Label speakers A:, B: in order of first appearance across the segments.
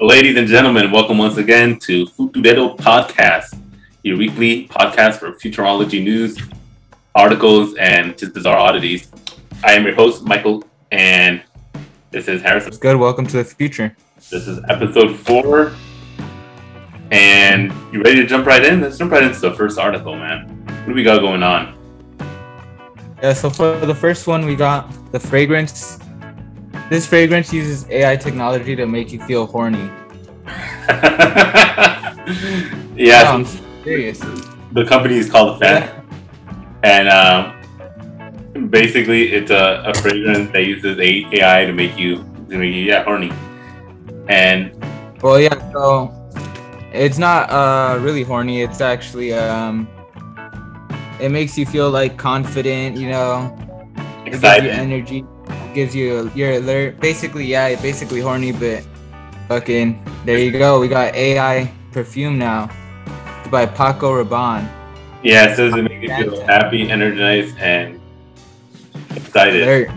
A: Ladies and gentlemen, welcome once again to Futurero Podcast, your weekly podcast for futurology news, articles, and just bizarre oddities. I am your host, Michael, and this is Harrison.
B: It's good. Welcome to the future.
A: This is episode four. And you ready to jump right in? Let's jump right into the first article, man. What do we got going on?
B: Yeah, so for the first one, we got the fragrance. This fragrance uses AI technology to make you feel horny. No,
A: yeah,
B: I'm serious.
A: the company is called Fenn, and um, basically it's a, a fragrance that uses A- AI to make you to make you yeah horny. And
B: Well, yeah, so it's not uh, really horny. It's actually, um, it makes you feel like confident, you know, it gives you
A: excited.
B: energy, gives you, you're alert. Basically, yeah, it's basically horny, but fucking, there you go. We got AI perfume now by Paco Rabanne.
A: Yeah, it says it makes you feel happy, energized, and excited,
B: Alert.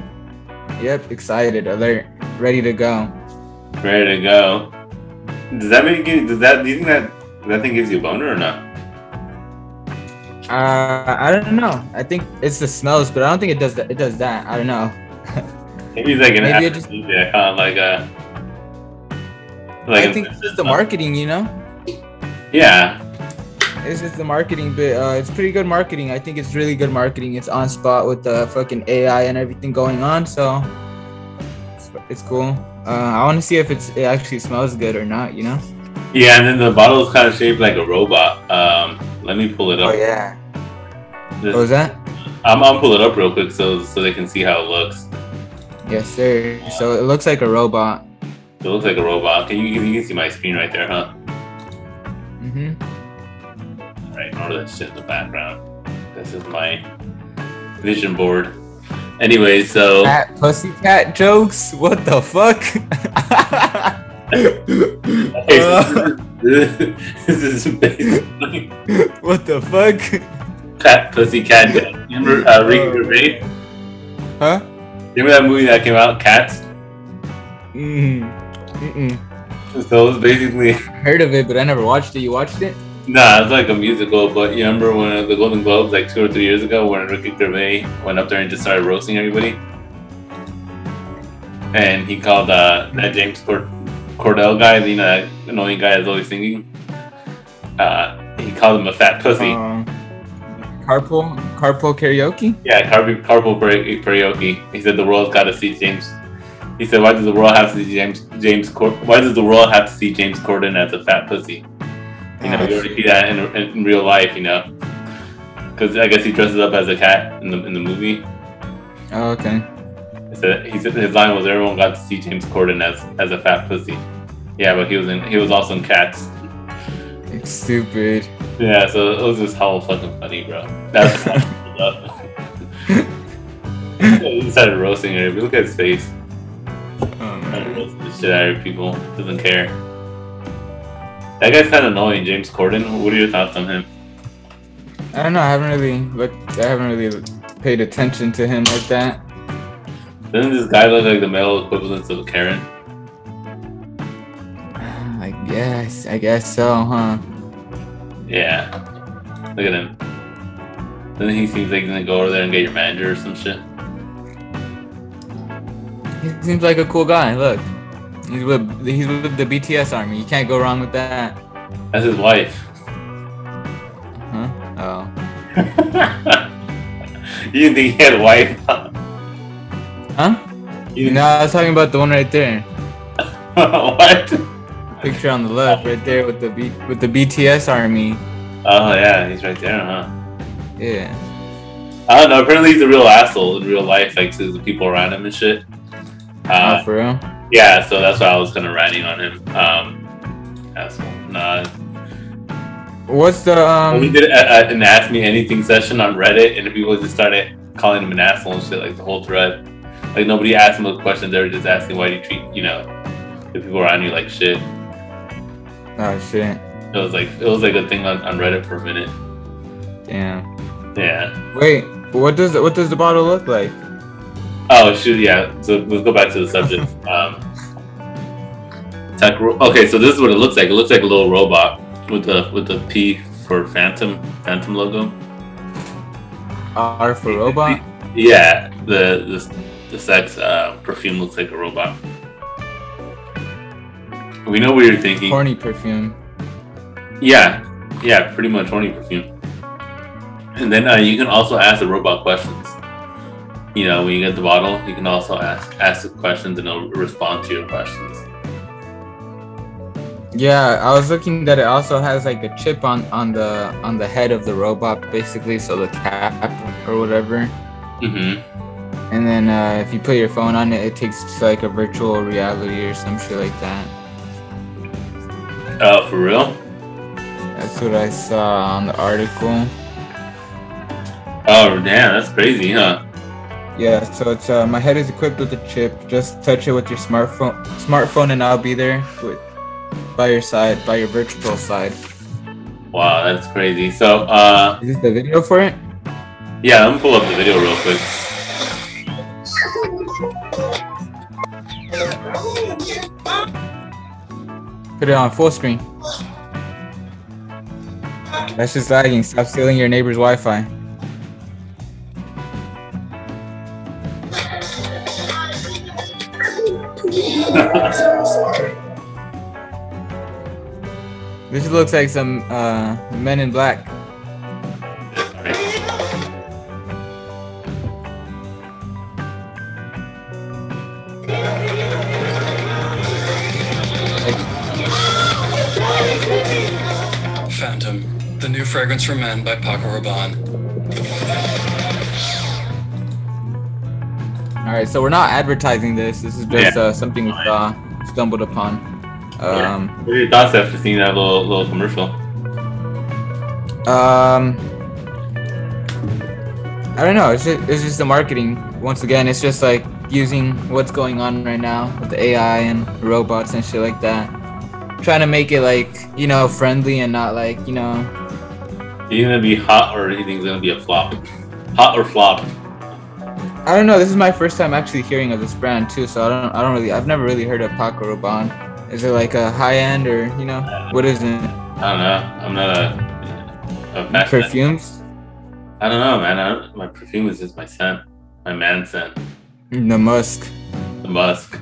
B: Yep, excited, alert, ready to go.
A: ready to go. Does that make you? Does that? Do you think that that thing gives you a boner or not?
B: Uh, I don't know. I think it's the smells, but I don't think it does that. It does that. I don't know.
A: Maybe it's like an
B: Maybe it just-
A: aphrodisiac, huh? Like a. Like
B: I
A: an-
B: think it's just the marketing, you know.
A: Yeah,
B: It's just the marketing, but uh, it's pretty good marketing. I think it's really good marketing. It's on spot with the fucking AI and everything going on, so it's, it's cool. Uh, I want to see if it's it actually smells good or not, you know.
A: Yeah, and then the bottle is kind of shaped like a robot. Um, let me pull it up.
B: Oh, yeah. Oh,
A: This-
B: What was that?
A: I'm I'll pull it up real quick so so they can see how it looks.
B: Yes, sir. So it looks like a robot.
A: It looks like a robot. Can you you can see my screen right there, huh?
B: hmm
A: All right, ignore that shit in the background. This is my vision board. Anyway, so
B: Cat pussycat jokes? What the fuck?
A: Hey,
B: Uh,
A: this is basically
B: what the fuck?
A: cat pussy cat. guy. Remember uh,
B: Oh.
A: Ricky Gervais?
B: Huh?
A: Remember that movie that came out, Cats?
B: Mm. Mm-mm.
A: So it was basically
B: Heard of it, but I never watched it. You watched it?
A: Nah, it's like a musical, but you remember when the Golden Globes, like two or three years ago, when Ricky Gervais went up there and just started roasting everybody, and he called uh, that James Cord- Cordell guy, the you know, that annoying guy that's always singing, uh, he called him a fat pussy.
B: Um, carpool, carpool karaoke.
A: Yeah, carp- carpool kara- karaoke. He said the world's got to see James. He said, "Why does the world have to see James? James? Cor- Why does the world have to see James Corden as a fat pussy? You know,
B: Ah,
A: you already see that in, in, in real life. You know, because I guess he dresses up as a cat in the in the movie.
B: Oh, okay.
A: He said, he said his line was, "Everyone got to see James Corden as as a fat pussy." Yeah, but he was in he was also in Cats.
B: It's stupid.
A: Yeah, so it was just hella fucking funny, bro. That's what happened up. He started roasting her. Look at his face. Kinda
B: Um,
A: roasting the shit out of people. Doesn't care. That guy's kind of annoying, James Corden. What are your thoughts on him?
B: I don't know. I haven't really looked. I haven't really paid attention to him like that.
A: Doesn't this guy look like the male equivalent of Karen?
B: I guess. I guess so, huh?
A: Yeah. Look at him. Doesn't he seems like he's gonna go over there and get your manager or some shit?
B: He seems like a cool guy. Look, he's with he's with the BTS army. You can't go wrong with that.
A: That's his wife.
B: Huh? Oh.
A: you didn't think he had a wife? huh?
B: Huh?
A: You
B: No,
A: didn't-
B: I was talking about the one right there.
A: what?
B: Picture on the left, right there with the B- with the BTS army.
A: Oh yeah, he's right there, huh?
B: Yeah.
A: I don't know. Apparently, he's a real asshole in real life, like to the people around him and shit. Uh,
B: oh, for real?
A: Yeah, so that's why I was kind of ratting on him. Um, asshole. Nah.
B: What's the um?
A: we did a, a, an Ask Me Anything session on Reddit, and people just started calling him an asshole and shit, like the whole thread. Like, nobody asked him those questions. They were just asking why do you treat, you know, the people around you like shit.
B: Oh shit.
A: And It was like it was like a thing on, on Reddit for a minute.
B: Damn.
A: Yeah.
B: Wait, what does what does the bottle look like?
A: Oh shoot. Yeah. So let's go back to the subject. um, tech ro- okay. So this is what it looks like. It looks like a little robot with the with the P for Phantom Phantom logo.
B: R for robot.
A: Yeah. The this the sex uh, perfume looks like a robot. We know what you're thinking.
B: Corny perfume.
A: Yeah, yeah, pretty much horny perfume. And then uh, you can also ask the robot questions. You know, when you get the bottle, you can also ask ask it questions and it'll respond to your questions.
B: Yeah, I was looking that it also has like a chip on on the on the head of the robot, basically, so the cap or whatever.
A: hmm
B: Mm-hmm. And then uh, if you put your phone on it, it takes to like a virtual reality or some shit like that.
A: Uh, for real?
B: That's what I saw on the article.
A: Oh, damn, that's crazy, huh?
B: Yeah, so it's uh, my head is equipped with a chip. Just touch it with your smartphone, smartphone, and I'll be there with, by your side, by your virtual side.
A: Wow, that's crazy. So, uh,
B: Is this the video for it?
A: yeah, let me pull up the video real quick.
B: Put it on full screen. That's just lagging. Stop stealing your neighbor's Wi-Fi. This looks like some uh, Men in Black.
C: Phantom, the new fragrance for men by Paco Rabanne.
B: All right, so we're not advertising this. This is just uh, something we saw, stumbled upon. Um,
A: What are your thoughts after seeing that little little commercial?
B: Um, I don't know. It's just, it's just the marketing. Once again, it's just like using what's going on right now with the AI and robots and shit like that. Trying to make it like you know friendly and not like you know.
A: He's gonna be hot or anything's gonna be a flop. Hot or flop?
B: I don't know. This is my first time actually hearing of this brand too, so I don't. I don't really. I've never really heard of Paco Rabanne. Is it like a high end or you know what is it?
A: I don't know. I'm not a, a fashion-
B: Perfumes?
A: I don't know, man. I don't, my perfume is just my scent, my man scent,
B: The musk.
A: the musk.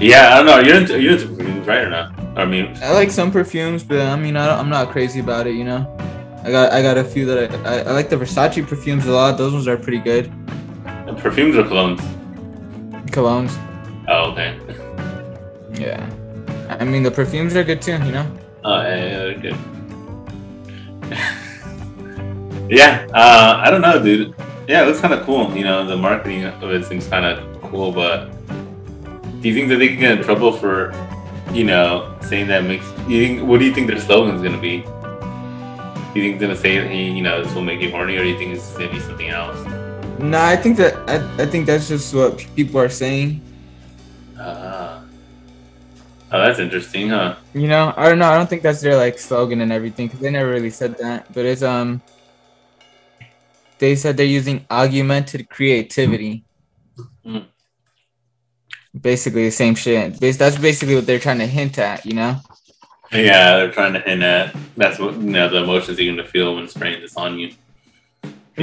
A: Yeah, I don't know. You're into, you're into perfumes, right or not? I mean,
B: I like some perfumes, but I mean, I don't, I'm not crazy about it, you know. I got I got a few that I, I, I like the Versace perfumes a lot. Those ones are pretty good.
A: perfumes or colognes?
B: Colognes,
A: Oh, okay.
B: yeah. I mean, the perfumes are good too, you know.
A: Oh, yeah, yeah, they're good. yeah, uh, I don't know, dude. Yeah, it looks kind of cool. You know, the marketing of it seems kind of cool, but do you think that they can get in trouble for, you know, saying that makes? You think, what do you think their slogan's gonna be? You think it's gonna say, "Hey, you know, this will make you horny," or do you think it's gonna be something else?
B: No, I think that I, I think that's just what people are saying.
A: Uh, oh, that's interesting, huh?
B: You know, I don't know. I don't think that's their like slogan and everything because they never really said that. But it's um, they said they're using augmented creativity.
A: Mm.
B: Basically the same shit. Bas- That's basically what they're trying to hint at, you know.
A: Yeah, they're trying to hint at that's what you know the emotions you're gonna feel when spraying this on you. Is-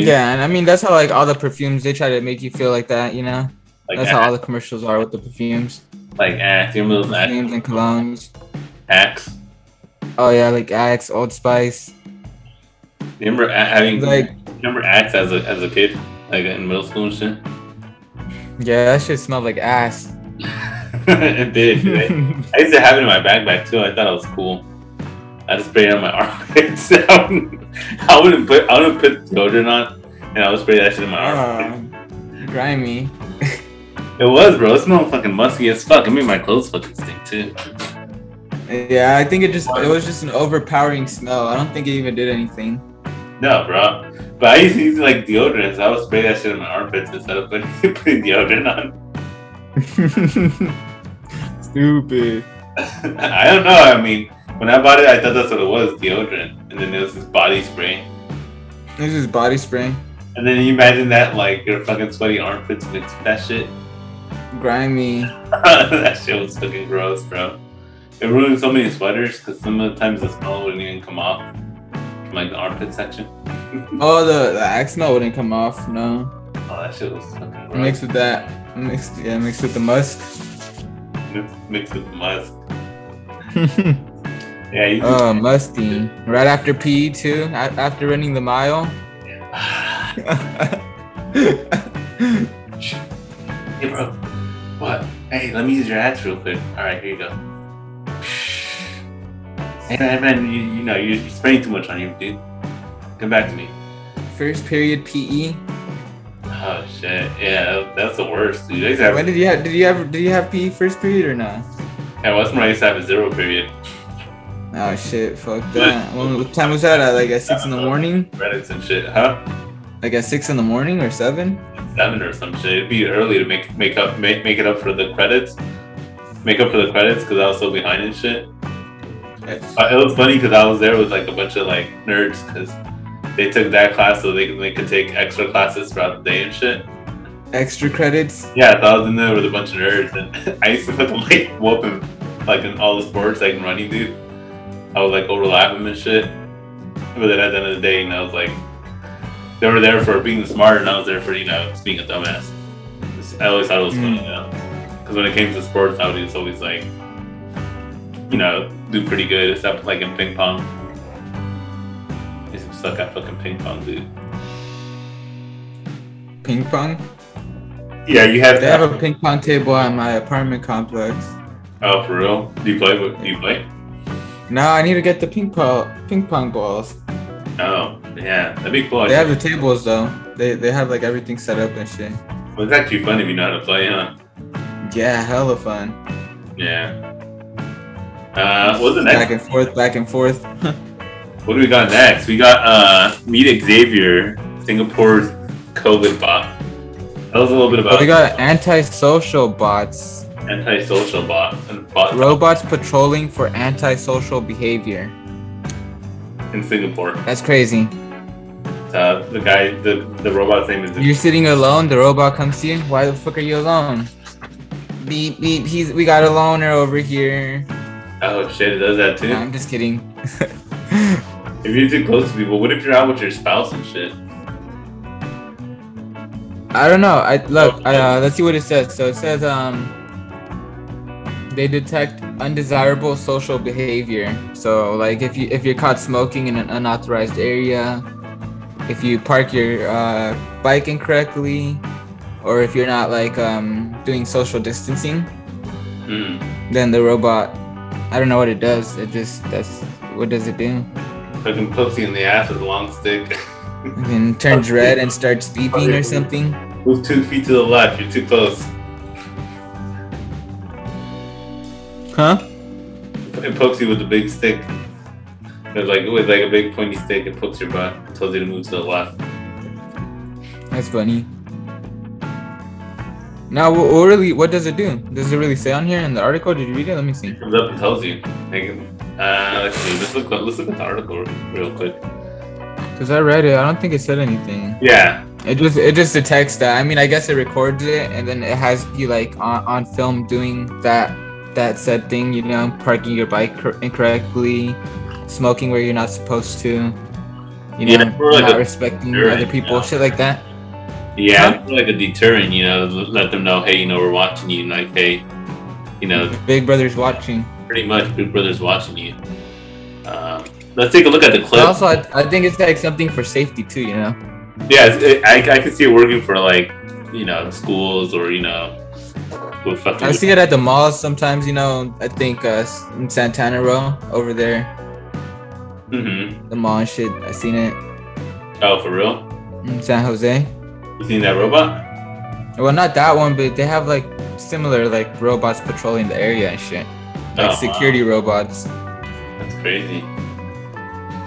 B: Yeah, and I mean that's how like all the perfumes they try to make you feel like that, you know.
A: Like,
B: that's
A: eh,
B: how all the commercials are with the perfumes,
A: like axe. You remember those axe?
B: perfumes and colognes.
A: axe?
B: Oh yeah, like Axe, Old Spice.
A: You remember a- having
B: Like
A: you remember axe as a as a kid, like in middle school and shit.
B: yeah, that shit smelled like ass.
A: it did. Right? I used to have it in my backpack too. I thought it was cool. I just sprayed it on my armpits. I wouldn't- I wouldn't put I wouldn't put deodorant on, and I would spray that shit in my armpits.
B: Ah, grimy.
A: It was, bro. It smelled fucking musky as fuck. I mean, my clothes fucking stink too.
B: Yeah, I think it just it was just an overpowering smell. I don't think it even did anything.
A: No, bro. But I used to use like deodorant. So I would spray that shit in my armpits instead of putting, putting deodorant on.
B: Stupid.
A: I don't know. I mean, when I bought it, I thought that's what it was deodorant. And then it was this body spray.
B: This is body spray,
A: And then you imagine that, like, your fucking sweaty armpits mixed with that shit.
B: grimy.
A: that shit was fucking gross, bro. It ruined so many sweaters because some of the times the smell wouldn't even come off from, like, the armpit section.
B: Oh, the, the axe smell wouldn't come off. No,
A: Oh, that shit was fucking gross.
B: mixed with that, mixed yeah, mixed with the musk.
A: Mix- mixed with musk. Yeah, you
B: uh, musty. Right after PE too. a- After running the mile.
A: Hey, bro. What? Hey, let me use your ads real quick. All right, here you go. Hey, man, man, you, you know, you're spraying too much on you, dude. Come back to me.
B: First period E? PE.
A: Oh, shit. Yeah, that's the worst, dude. I used to have,
B: When did you have? Did you ever? Did you have PE first period or not?
A: I was when I used to have a zero period.
B: Oh shit! Fuck that. When, what time was that? At like at six in the morning?
A: Credits and shit, huh?
B: Like at six in the morning or seven?
A: Seven or some shit. It'd be early to make make up make, make it up for the credits. Make up for the credits because I was so behind and shit. Uh, it was funny because I was there with like a bunch of like nerds because they took that class so they, they could take extra classes throughout the day and shit.
B: Extra credits.
A: Yeah, so I was in there with a bunch of nerds and I used to fucking like whoop him like in all the sports like in running dude. I would like overlap him and shit. But then at the end of the day, you know, I was like, they were there for being smart and I was there for, you know, just being a dumbass. It's- I always thought it was funny, you know. Because when it came to sports, I was always like, you know, do pretty good except like in ping pong. I used to suck at fucking ping pong, dude.
B: Ping pong.
A: Yeah, you have
B: They have a ping pong table at my apartment complex.
A: Oh, for real? Do you play? with- Do you play?
B: No, I need to get the ping pong ping pong balls.
A: Oh, yeah, that'd be cool.
B: They have the tables though. They they have like everything set up and shit.
A: Well, it's actually fun if you know how to play, huh?
B: Yeah, hella fun.
A: Yeah. Uh, what's the next?
B: Back and forth, back and forth.
A: What do we got next? We got uh, meet Xavier, Singapore's COVID bot. That was a little bit about
B: we got antisocial bots.
A: antisocial bot and bot
B: Robots patrolling for antisocial behavior.
A: in Singapore.
B: That's crazy.
A: Uh, the guy, the the robot's name is.
B: You're sitting alone, the robot comes to you. Why the fuck are you alone? Beep beep. He's we got a loner over here.
A: oh shit, it does that too.
B: Nah, I'm just kidding.
A: If you're too close to people, what if you're out with your spouse and shit?
B: I don't know. I look. Uh, let's see what it says. So it says um, they detect undesirable social behavior. So like if you if you're caught smoking in an unauthorized area, if you park your uh, bike incorrectly, or if you're not like um, doing social distancing,
A: Hmm.
B: then the robot. I don't know what it does. It just that's what does it do?
A: Fucking pussy in the ass with a long stick.
B: It can turns red and starts beeping or something.
A: Move two feet to the left. You're too close.
B: Huh?
A: It pokes you with a big stick. It's like with like a big pointy stick. It pokes your butt. It tells you to move to the left.
B: That's funny. Now, what, what really, what does it do? Does it really say on here in the article? Did you read it? Let me see.
A: It comes up and tells you. Like, uh, let's see. Let's look. Let's look at the article real quick.
B: Cause I read it. I don't think it said anything.
A: Yeah.
B: It just, it just detects that. I mean, I guess it records it, and then it has you like on, on film doing that, that said thing. You know, parking your bike cor- incorrectly, smoking where you're not supposed to. You know,
A: Yeah, more like
B: not
A: a-
B: respecting
A: you're
B: other
A: right,
B: people,
A: yeah.
B: shit like that.
A: Yeah. it's Like a deterrent. You know, l- let them know. Hey, you know, we're watching you. And like, hey, you know,
B: Big Brother's watching.
A: pretty much Big Brother's watching you. Um, let's take a look at the
B: But
A: clip.
B: also, I, I think it's like something for safety too. You know.
A: Yeah, it's- it, I I can see it working for like you know schools or you know. with fucking-
B: I see it at the malls sometimes. You know, I think uh, s- in Santana Row over there,
A: Mhm.
B: the mall and shit. I seen it
A: Oh, for real?
B: in San Jose.
A: You seen that robot?
B: Well, not that one, but they have like similar like robots patrolling the area and shit, like
A: Oh,
B: security robots.
A: wow, That's crazy.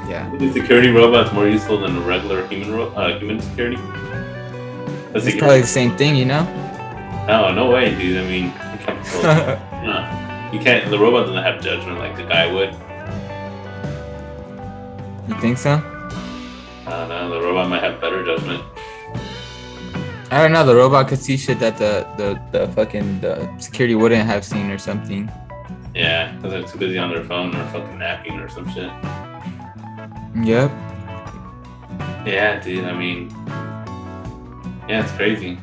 B: Yeah,
A: Is security robot's more useful than a regular human ro- uh, human security? A oh,
B: it's
A: security?
B: probably the same thing, you know.
A: No, no way, dude. I mean, you can't- huh. You can't. The robot doesn't have judgment like the guy would.
B: You think so?
A: I don't know. The robot might have better judgment.
B: I don't know. The robot could see shit that the the, the fucking the security wouldn't have seen or something.
A: Yeah, because they're too busy on their phone or fucking napping or some shit.
B: Yep.
A: Yeah, dude. I mean, yeah, it's crazy.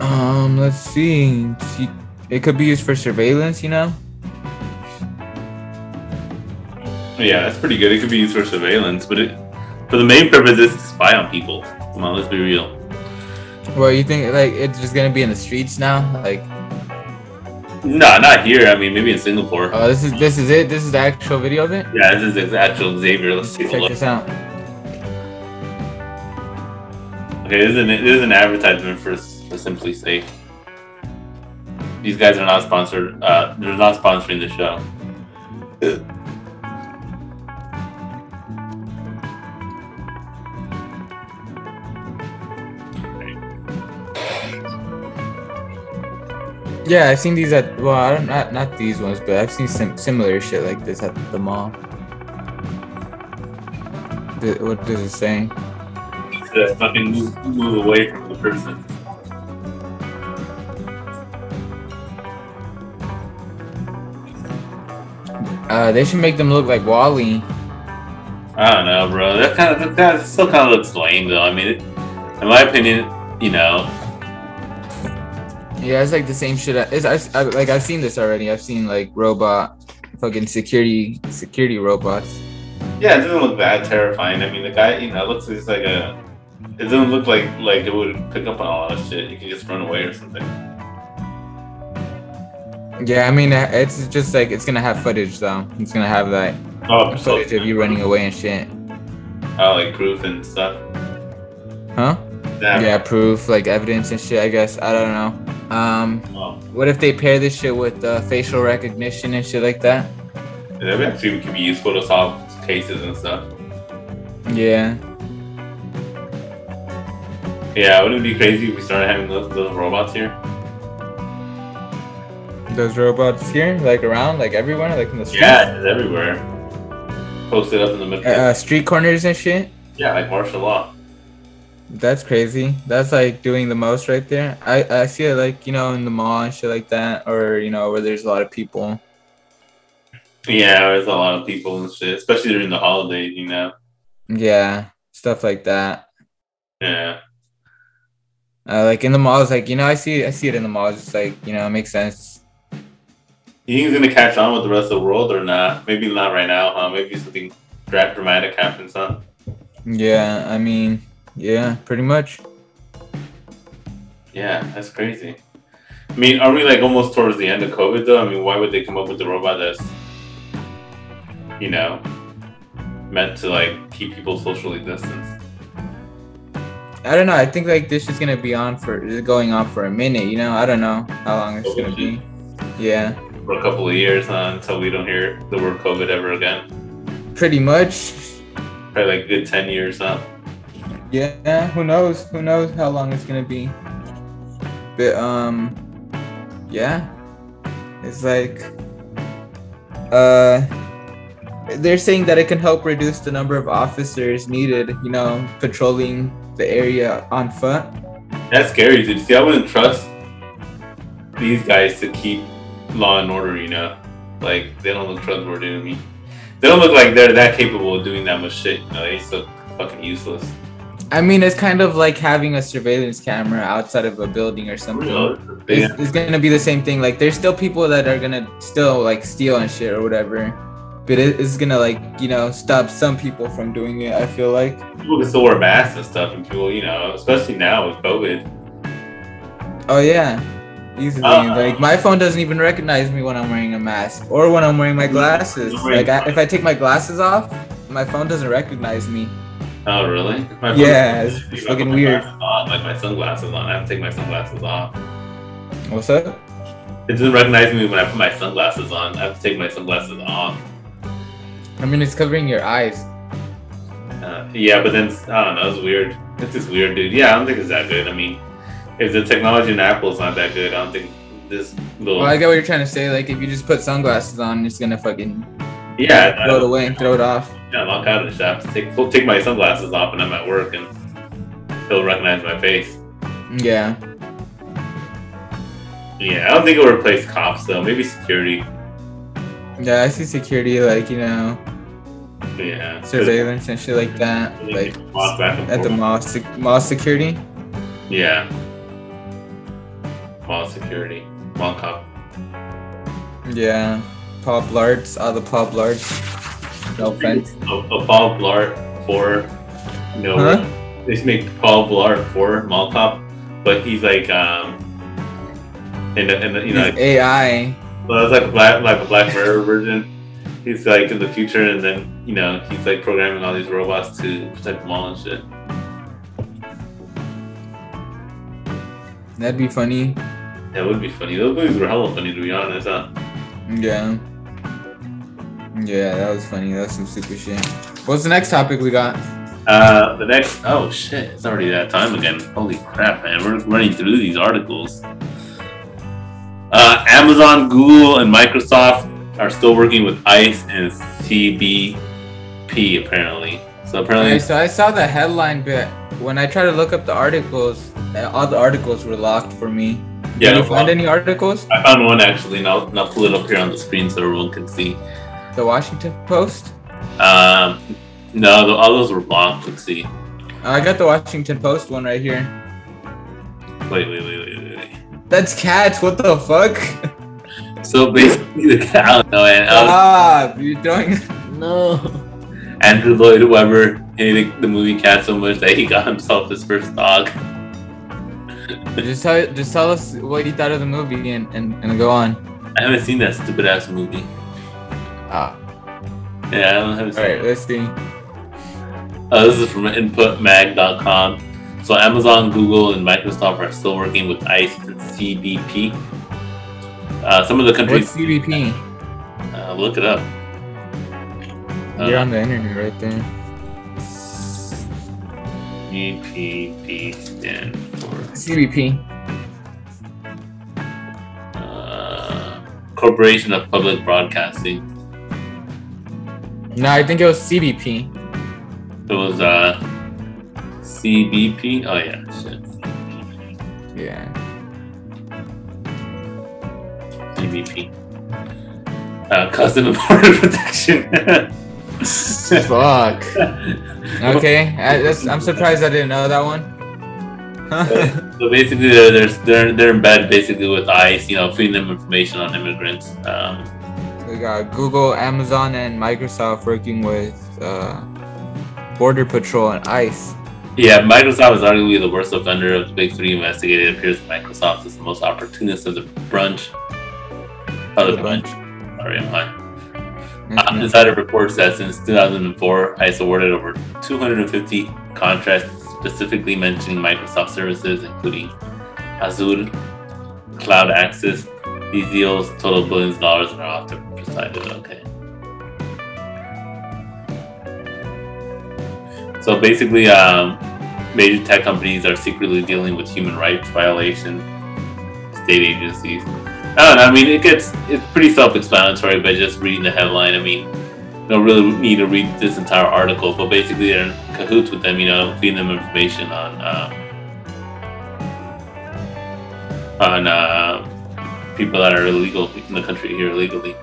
B: Um. Let's see. See- It could be used for surveillance. You know.
A: Yeah, that's pretty good. It could be used for surveillance, but it for the main purpose is to spy on people. Come on, let's be real.
B: Well, you think like it's just gonna be in the streets now? Like,
A: No, not here. I mean, maybe in Singapore.
B: oh, this is this is it. This is the actual video of it.
A: yeah, this is the actual Xavier. Let's
B: Check
A: take a look.
B: this out.
A: Okay, this is an, this is an advertisement for, for Simply Safe. These guys are not sponsored. Uh, they're not sponsoring the show.
B: Yeah, I've seen these at well, I don't not not these ones, but I've seen sim- similar shit like this at the mall. Th- what does it say?
A: To fucking move, move away from the person.
B: Uh, they should make them look like Wally.
A: I don't know, bro. That kind of that, that still kind of looks lame, though. I mean, it, in my opinion, you know,
B: Yeah, it's like the same shit. I- It's, I, I, like I've seen this already. I've seen like robot, fucking security security robots.
A: yeah, it doesn't look that terrifying. I mean, the guy, you know, looks just like a. It doesn't look like like it would pick up on a lot of shit. You can just run away or something.
B: Yeah, I mean uh, it's just like it's gonna have footage though. It's gonna have like
A: Oh, so-
B: footage of you running away and shit.
A: Oh, like proof and stuff.
B: Huh?
A: That-
B: Yeah, proof like evidence and shit. I guess I don't know. Um,
A: Oh,
B: What if they pair this shit with uh, facial recognition and shit like that?
A: that actually could be useful to solve cases and stuff.
B: Yeah.
A: Yeah, wouldn't it be crazy if we started having those little robots here?
B: Those robots here, like around, like everywhere, like in the streets,
A: Yeah, it's everywhere. Posted up in the middle.
B: uh, uh, street corners and shit.
A: yeah, like martial law.
B: That's crazy. That's like doing the most right there. I I see it like you know in the mall and shit like that, or you know where there's a lot of people.
A: Yeah, there's a lot of people and shit, especially during the holidays, you know.
B: Yeah, stuff like that.
A: Yeah,
B: Uh, like in the malls, like you know I see I see it in the malls. It's like you know it makes sense.
A: you think it's gonna catch on with the rest of the world or not? Maybe not right now, huh? Maybe something dra- dramatic happens, huh?
B: Yeah, I mean, yeah, pretty much.
A: Yeah, that's crazy. I mean, are we like almost towards the end of COVID though? I mean, why would they come up with a robot that's, you know, meant to like keep people socially distanced?
B: I don't know. I think like this is gonna be on for is going on for a minute. You know, I don't know how long it's gonna be. Yeah,
A: For a couple of years, huh? Until we don't hear the word COVID ever again.
B: pretty much.
A: Probably like a good 10 years, huh?
B: Yeah, who knows? Who knows how long it's gonna be? But um, yeah, it's like uh, they're saying that it can help reduce the number of officers needed. You know, patrolling the area on foot.
A: That's scary, dude. See, I wouldn't trust these guys to keep law and order, you know? Like, they don't look trustworthy to me. They don't look like they're that capable of doing that much shit. You know, they just look fucking useless.
B: I mean, it's kind of like having a surveillance camera outside of a building or something.
A: Yeah.
B: it's, it's gonna be the same thing like there's still people that are gonna still like steal and shit or whatever but it, it's gonna like you know stop some people from doing it i feel like
A: People can still wear masks and stuff, and people, you know, especially now with COVID.
B: oh yeah easily
A: Uh.
B: like my phone doesn't even recognize me when i'm wearing a mask or when i'm wearing my
A: Mm-hmm.
B: glasses
A: Don't worry.
B: like I, if i take my glasses off my phone doesn't recognize me
A: Oh, really? My
B: Yeah, it's- it's
A: I put
B: fucking
A: my
B: weird.
A: glasses On, like my sunglasses on, I have to take my sunglasses off.
B: what's up
A: It doesn't recognize me when I put my sunglasses on. I have to take my sunglasses off.
B: i mean it's covering your eyes
A: Uh, yeah, but then I don't know. It's weird. It's just weird, dude. Yeah, I don't think it's that good. I mean, if the technology in Apple's not that good, I don't think this little.
B: Well, I get what you're trying to say. Like, if you just put sunglasses on, it's gonna fucking
A: yeah, I-
B: throw it away and throw it off.
A: Yeah, I'll walk out of the shop, take will take my sunglasses off, and I'm at work, and he'll recognize my face.
B: Yeah.
A: Yeah, I don't think it'll replace cops though. Maybe security.
B: Yeah, I see security, like, you know,
A: Yeah.
B: surveillance and shit like that.
A: They
B: Like,
A: can walk back and
B: at the
A: forth.
B: mall, sec- mall security.
A: Yeah. Mall security, mall cop.
B: Yeah. Paul Blarts, all the Paul Blarts. No offense.
A: A, a Paul Blart for you know
B: Huh?
A: they just make Paul Blart for mall cop, but he's like um and and you know
B: These AI.
A: Well, it's like a black, like a Black Mirror version. He's like in the future, and then you know he's like programming all these robots to protect them all and shit.
B: That'd be funny.
A: That would be funny. Those movies were hella funny, to be honest. Huh?
B: Yeah. Yeah, that was funny. That's some super shit. What's the next topic we got?
A: Uh, the next, oh shit, it's already that time again. Holy crap, man, we're running through these articles. Uh, Amazon, Google, and Microsoft are still working with ICE and CBP apparently. So apparently,
B: Okay, so I saw the headline, but when I tried to look up the articles, uh, all the articles were locked for me.
A: yeah,
B: Did you find any articles?
A: I found one actually, and I'll, and I'll pull it up here on the screen so everyone can see.
B: The Washington Post?
A: Um, no, th- all those were blocked. Let's see.
B: I got the Washington Post one right here.
A: Wait, wait, wait, wait, wait,
B: That's cats. What the fuck?
A: wait. So basically, the I don't know, and uh,
B: Ah, you're throwing.
D: No.
A: Andrew Lloyd Webber hated the movie Cat so much that he got himself his first dog.
B: just tell, just tell us what you thought of the movie and, and, and go on.
A: I haven't seen that stupid ass movie.
B: Ah,
A: Yeah, I don't haven't
B: all
A: seen
B: right.
A: it.
B: Let's see.
A: Uh, this is from inputmag.com. So Amazon, Google, and Microsoft are still working with ICE and CBP. Uh, some of the countries.
B: What's CBP?
A: Uh, look it up. Uh,
B: You're on the internet right there.
A: CBP stand for
B: CBP.
A: uh, Corporation of Public Broadcasting.
B: No, I think it was CBP.
A: It was uh, CBP. Oh yeah, shit.
B: Yeah.
A: CBP. Uh, Cousin of Border Protection.
B: Fuck. Okay, I, that's, I'm surprised I didn't know that one.
A: so basically, they're, they're they're they're in bed basically with ICE, you know, feeding them information on immigrants. Um,
B: we got Google, Amazon, and Microsoft working with uh, Border Patrol and ICE.
A: Yeah, Microsoft is arguably the worst offender of the big three investigated. It appears Microsoft is the most opportunist of the brunch. Of the bunch. Sorry, I'm high. Uh,
B: Mm-hmm.
A: Insider reports that since 2004, ICE awarded over 250 contracts specifically mentioning Microsoft services, including Azure, Cloud Access. These deals total billions of dollars and are often presided. Okay. So basically, um, major tech companies are secretly dealing with human rights violations, state agencies. I don't know. I mean, it gets it's pretty self-explanatory by just reading the headline. I mean, you don't really need to read this entire article, but basically they're in cahoots with them. You know, feeding them information on uh, on uh, people that are illegal in the country here illegally.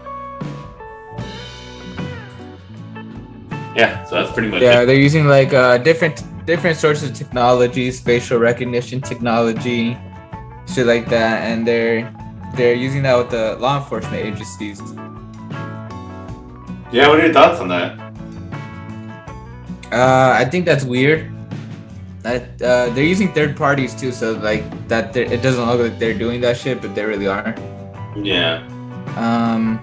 A: Yeah, so that's pretty much
B: Yeah,
A: it.
B: they're using like uh, different different sources of technologies, facial recognition technology, shit like that, and they're they're using that with the law enforcement agencies.
A: Yeah, what are your thoughts on that?
B: Uh, I think that's weird. That uh, they're using third parties too, so like that they're- it doesn't look like they're doing that shit, but they really are.
A: Yeah,
B: Um,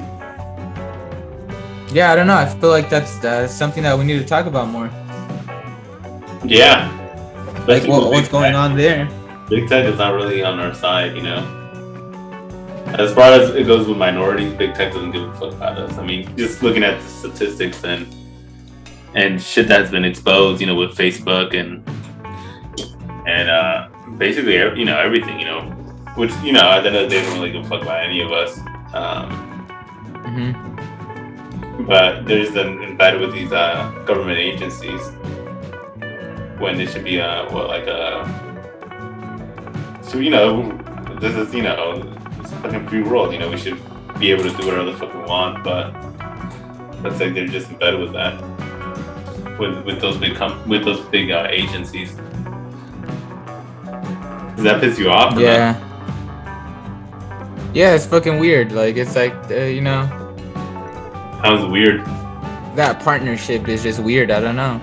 B: yeah, I don't know. I feel like that's that's something that we need to talk about more.
A: yeah.
B: Like
A: Especially
B: what,
A: with
B: what's
A: big
B: going
A: tech.
B: on there?
A: Big tech is not really on our side, you know. As far as it goes with minorities, big tech doesn't give a fuck about us. I mean, just looking at the statistics and and shit that's been exposed, you know, with Facebook and and uh, basically, you know, everything, you know, which you know at the end of the day don't really give a fuck about any of us. Um,
B: Mm-hmm.
A: but they're just um, embedded with these uh, government agencies when they should be uh, what like a so you know this is you know it's a fucking free world you know we should be able to do whatever the fuck we want but that's like they're just embedded with that with with those big com- with those big uh, agencies does that piss you off or not?
B: Yeah. Yeah, it's fucking weird. Like it's like uh, you know
A: that was weird
B: that partnership is just weird. I don't know.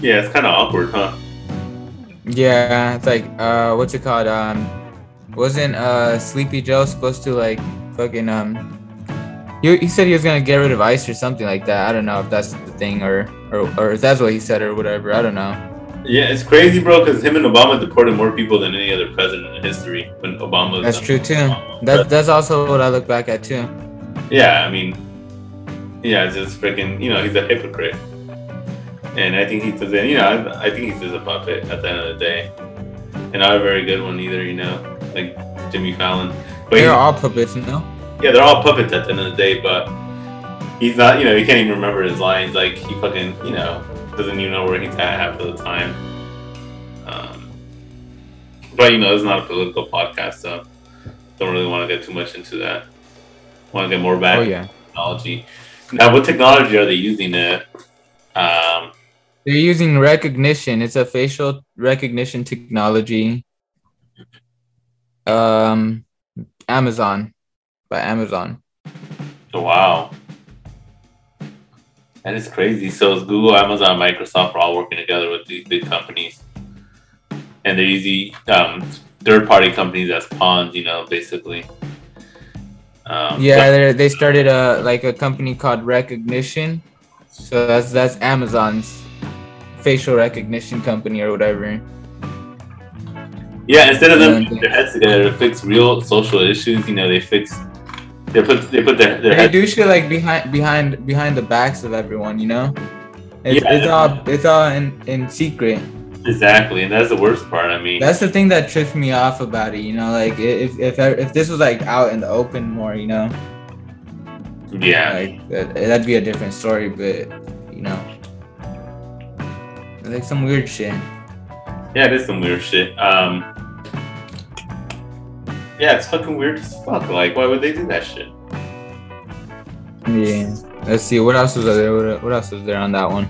A: yeah it's kind of awkward huh
B: Yeah, it's like uh, what's it called? Um, wasn't uh Sleepy Joe supposed to like fucking um? He, he said he was gonna get rid of ice or something like that. I don't know if that's the thing or or or if that's what he said or whatever. I don't know.
A: Yeah, it's crazy, bro. Because him and Obama deported more people than any other president in history. When Obama, was
B: That's
A: the-
B: true too.
A: Obama.
B: That that's also what I look back at too.
A: yeah, I mean, yeah, it's just freaking. You know, he's a hypocrite, and I think he's just, you know, I, I think he's just a puppet at the end of the day, and not a very good one either. You know, like Jimmy Fallon. But
B: They're
A: he's-
B: all puppets, you know.
A: yeah, they're all puppets at the end of the day, but he's not, you know, he can't even remember his lines. Like, he fucking, you know, doesn't even know where he's at half of the time. Um, but, you know, it's not a political podcast, so don't really want to get too much into that. Want to get more back
B: Oh
A: to
B: yeah,
A: technology. Now, what technology are they using it? Um,
B: they're using recognition. It's a facial recognition technology. Um, Amazon, by Amazon.
A: wow. That is crazy. So it's Google, Amazon, Microsoft are all working together with these big companies. and they're usually um, third party companies as pawns, you know, basically. Um,
B: yeah they they started a like a company called recognition so that's that's amazon's facial recognition company or whatever
A: Yeah, instead of them
B: Yeah.
A: putting their heads together to fix real social issues, you know, they fix, they put, they put their, their
B: they
A: heads.
B: do shit like behind behind behind the backs of everyone you know it's,
A: Yeah.
B: it's all it's all in in secret
A: Exactly. And that's the worst part. I mean,
B: that's the thing that trips me off about it you know like i- if if, I, if this was like out in the open more you know
A: yeah.
B: like that, that'd be a different story but you know like some weird shit
A: Yeah, it is some weird shit. Um, yeah, it's fucking weird as fuck. Like, why would they do that shit?
B: Yeah. Let's see. What else was there? What, what else was there on that one?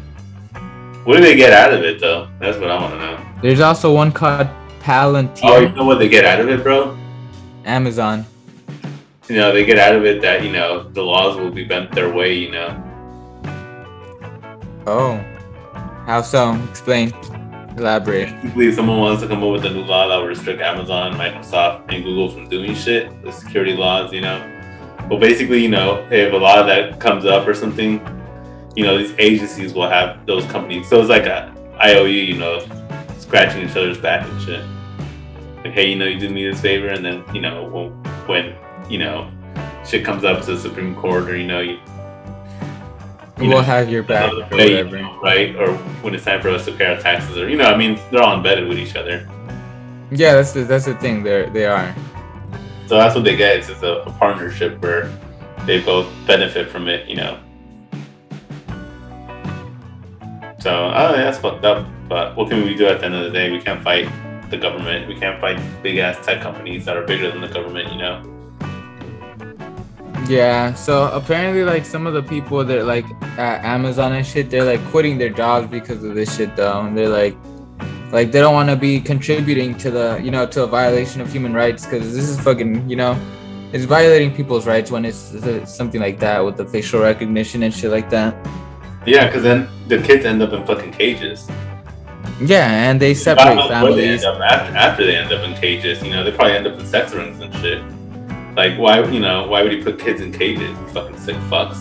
A: What do they get out of it, though? That's what I want to know.
B: There's also one called
A: Oh, you
B: Palantir.
A: know what they get out of it, bro?
B: Amazon.
A: you know, they get out of it that, you know, the laws will be bent their way, you know.
B: Oh. How so? Explain. Elaborate.
A: Basically, if someone wants to come up with a new law that will restrict Amazon, Microsoft, and Google from doing shit, the security laws, you know. But basically, you know, if a law that comes up or something, you know, these agencies will have those companies. So it's like a IOU, you know, scratching each other's back and shit. Like, hey, you know, you did me this favor, and then, you know, when, when you know, shit comes up to the Supreme Court or, you know, you You know,
B: we'll have your back.
A: another
B: or
A: way, you
B: whatever.
A: know, right? Or when it's time for us to pay our taxes, or you know, I mean, they're all embedded with each other.
B: Yeah, that's the, that's the thing. They they are.
A: So that's what they get. It's just a, a partnership where they both benefit from it, you know. So I don't know, that's fucked up. But what can we do at the end of the day? We can't fight the government. We can't fight big ass tech companies that are bigger than the government, you know.
B: Yeah. So apparently, like some of the people that like at Amazon and shit, they're like quitting their jobs because of this shit though, and they're like, like they don't want to be contributing to the you know to a violation of human rights because this is fucking you know, it's violating people's rights when it's, it's something like that with the facial recognition and shit like that.
A: Yeah, because then the kids end up in fucking cages.
B: Yeah, and they
A: I don't
B: separate
A: know where they end
B: families.
A: up after, after they end up in cages. You know, they probably end up in sex rooms and shit. Like, why, you know, why would you put kids in cages? You fucking sick fucks.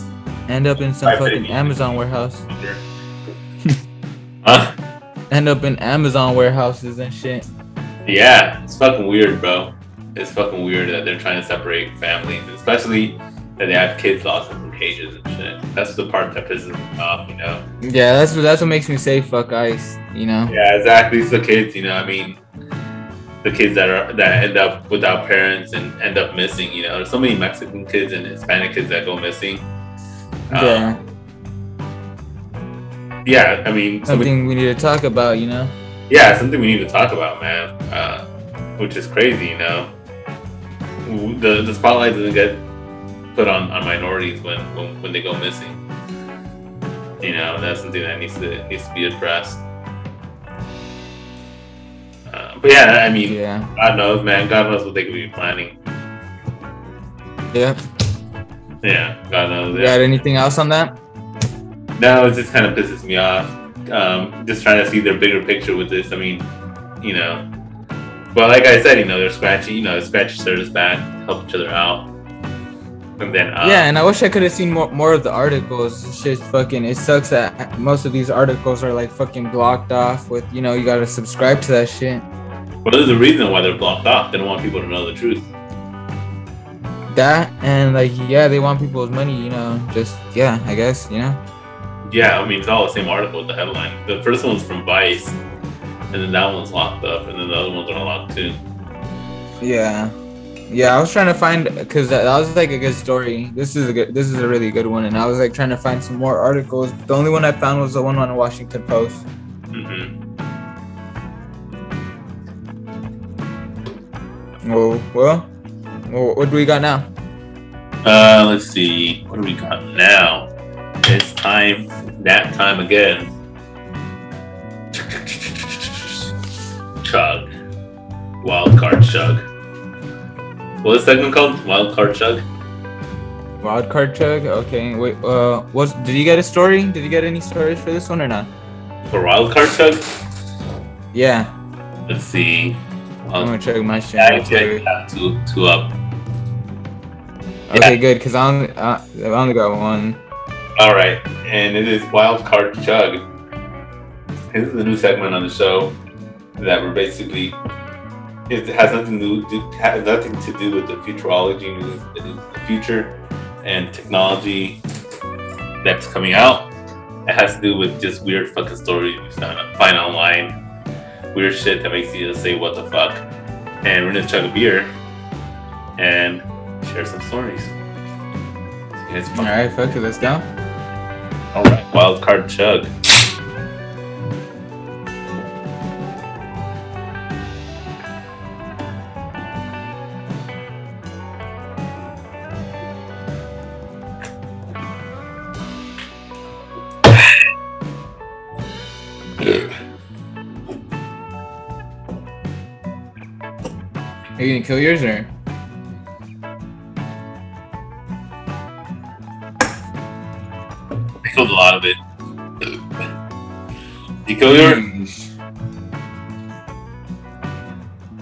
B: End up in some
A: Right,
B: fucking
A: baby.
B: Amazon warehouse.
A: huh?
B: End up in Amazon warehouses and shit.
A: Yeah, it's fucking weird, bro. It's fucking weird that they're trying to separate families, especially that they have kids lost in pages and shit. That's the part that pisses me off, you know.
B: Yeah, that's what that's what makes me say fuck ice. You know.
A: Yeah, exactly. So kids, you know, I mean, the kids that are that end up without parents and end up missing, you know, there's so many Mexican kids and Hispanic kids that go missing.
B: Yeah,
A: Um, yeah, I mean, so we-
B: something we need to talk about. You know.
A: yeah, something we need to talk about, man. Uh, which is crazy, you know. W- The the spotlight doesn't get put on, on minorities when, when when they go missing. You know, that's something that needs to needs to be addressed. Uh, but yeah, I mean,
B: Yeah.
A: God knows, man. God knows what they could be planning.
B: Yeah.
A: Yeah, God knows.
B: You
A: Yeah.
B: got anything else on that?
A: No, it just kind of pisses me off. Um, just trying to see their bigger picture with this. I mean, you know, but like I said, you know, they're scratching, you know, scratch each other's back, help each other out, and then uh,
B: yeah, and I wish I could have seen more, more of the articles. It's just fucking. It sucks that most of these articles are like fucking blocked off. With you know, you gotta subscribe to that shit.
A: Well, there's a reason why they're blocked off. They don't want people to know the truth.
B: That and like yeah, they want people's money. You know, just yeah, I guess you know.
A: Yeah, I mean, it's all the same article, the headline. The first one's from Vice, and then that one's locked up, and then the other ones are locked too.
B: Yeah, yeah. I was trying to find because that, that was like a good story. This is a good. This is a really good one, and I was like trying to find some more articles. The only one I found was the one on the Washington Post.
A: hmm
B: Well, well, well what do we got now?
A: Uh, let's see, what do we got now? It's time, nap time again. Chug, wild card chug. What is that one called? Wild card chug.
B: Wild card chug. Okay, wait. Uh, was did you get a story? Did you get any stories for this one or not?
A: For wild card chug,
B: Yeah,
A: let's see.
B: I'm
A: Wild
B: gonna chug my shit.
A: Uh, yeah, I
B: real
A: checked
B: quick.
A: that two, two up.
B: Okay, good. Cause I only I I only got one.
A: All right, and it is Wild Card Chug. This is a new segment on the show that we're basically it has nothing to do has nothing to do with the futurology news, it is the future and technology that's coming out. It has to do with just weird fucking stories you found- find online, weird shit that makes you just say what the fuck. And we're gonna chug a beer and share some stories. And it's
B: All
A: fun.
B: right, fuck it. Let's go.
A: All right, wild card chug.
B: Are you gonna kill yours or?
A: I killed a lot of it. Mm. You kill your.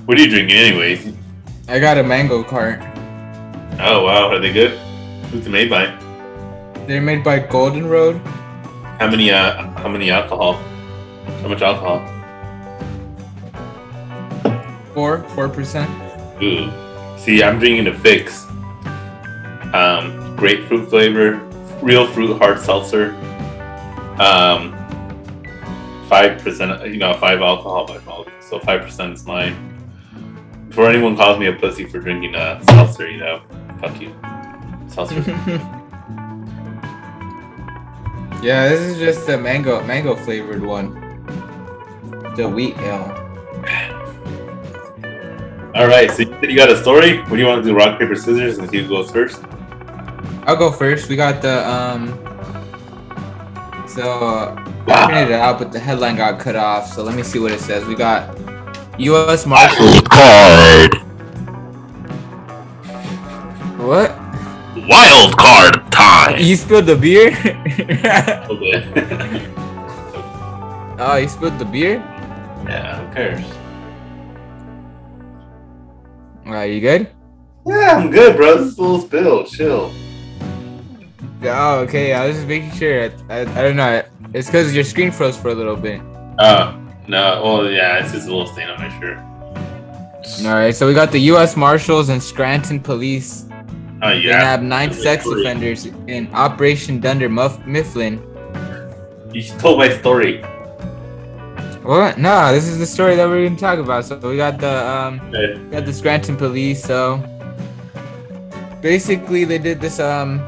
A: What are you drinking, anyways?
B: I got a mango cart.
A: Oh wow, are they good? Who's it made by?
B: They're made by Golden Road.
A: How many? Uh, how many alcohol? How much alcohol?
B: Four, four percent.
A: Ooh. See, I'm drinking a fix. Um, grapefruit flavor, real fruit hard seltzer. Um, five percent, you know, five alcohol by volume, so five percent is mine. Before anyone calls me a pussy for drinking a seltzer, you know, fuck you, seltzer.
B: yeah, this is just a mango mango flavored one. The wheat ale.
A: All right, so you said you got a story. What do you want to do? Rock paper scissors, and who goes first?
B: I'll go first. We got the um. So uh, I
A: Wow.
B: printed it out, but the headline got cut off. So let me see what it says. We got U.S. Marshal.
A: card.
B: What?
A: Wild card time.
B: You spilled the beer?
A: Okay.
B: oh, you spilled the beer?
A: yeah, who cares?
B: All right, you good?
A: Yeah, I'm good, bro. This is a little spill. Chill.
B: Oh, okay. I was just making sure. I, I, I don't know. It's because your screen froze for a little bit.
A: Oh, no. Well, yeah, it's just a little stain on my shirt.
B: All right. So we got the U.S. Marshals and Scranton Police
A: Oh
B: They
A: yeah.
B: nabbed nine
A: Really
B: sex
A: great.
B: offenders in Operation Dunder Muff- Mifflin.
A: You told my story.
B: What? Nah, this is the story that we're gonna talk about. So we got the um,
A: Okay.
B: we got the Scranton police. So basically, they did this. Um,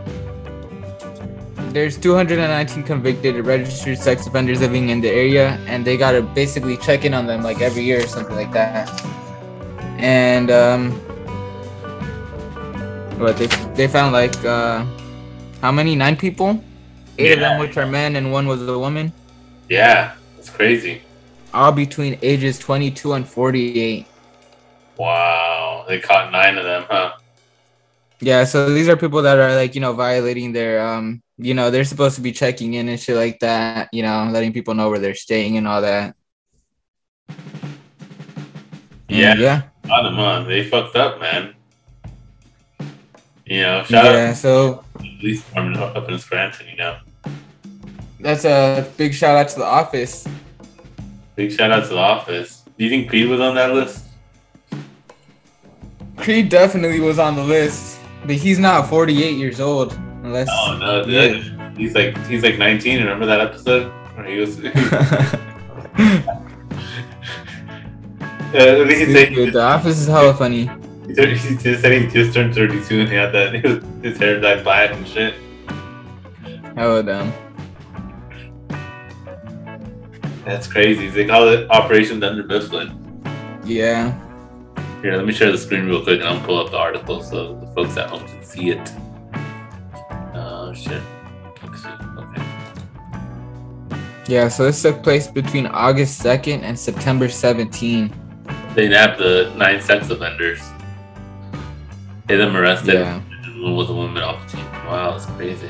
B: there's 219 convicted registered sex offenders living in the area, and they gotta basically check in on them like every year or something like that. And um, what they they found like uh, how many? Nine people. Eight of them, which are men, and one was a woman
A: Yeah, it's crazy.
B: all between ages 22 and 48.
A: Wow, they caught nine of them, huh?
B: Yeah, so these are people that are like, you know, violating their um, you know, they're supposed to be checking in and shit like that, you know, letting people know where they're staying and all that. And
A: Yeah,
B: Yeah.
A: caught them, huh? They fucked up, man. You know, shout
B: Yeah, so
A: out to the police department up in Scranton. You know,
B: that's a big shout out to the office.
A: big shout out to the office. Do you think Creed was on that list?
B: Creed definitely was on the list, but he's not 48 years old unless
A: Oh no, dude. He's like he's like 19. Remember that episode where he was? uh, what did he say?
B: Dude, the office is hella funny.
A: He tur- he just said he just turned 32 and he had that his hair dyed black and shit.
B: Hella dumb.
A: That's crazy. They call it Operation Thunder Mifflin.
B: Yeah.
A: Here, let me share the screen real quick and I'll pull up the article so the folks at home can see it. Oh shit. Okay.
B: Yeah, so this took place between August 2nd and September 17.
A: They nabbed the nine sex offenders. They them arrested.
B: Yeah.
A: And one was a woman off the team. Wow, that's crazy.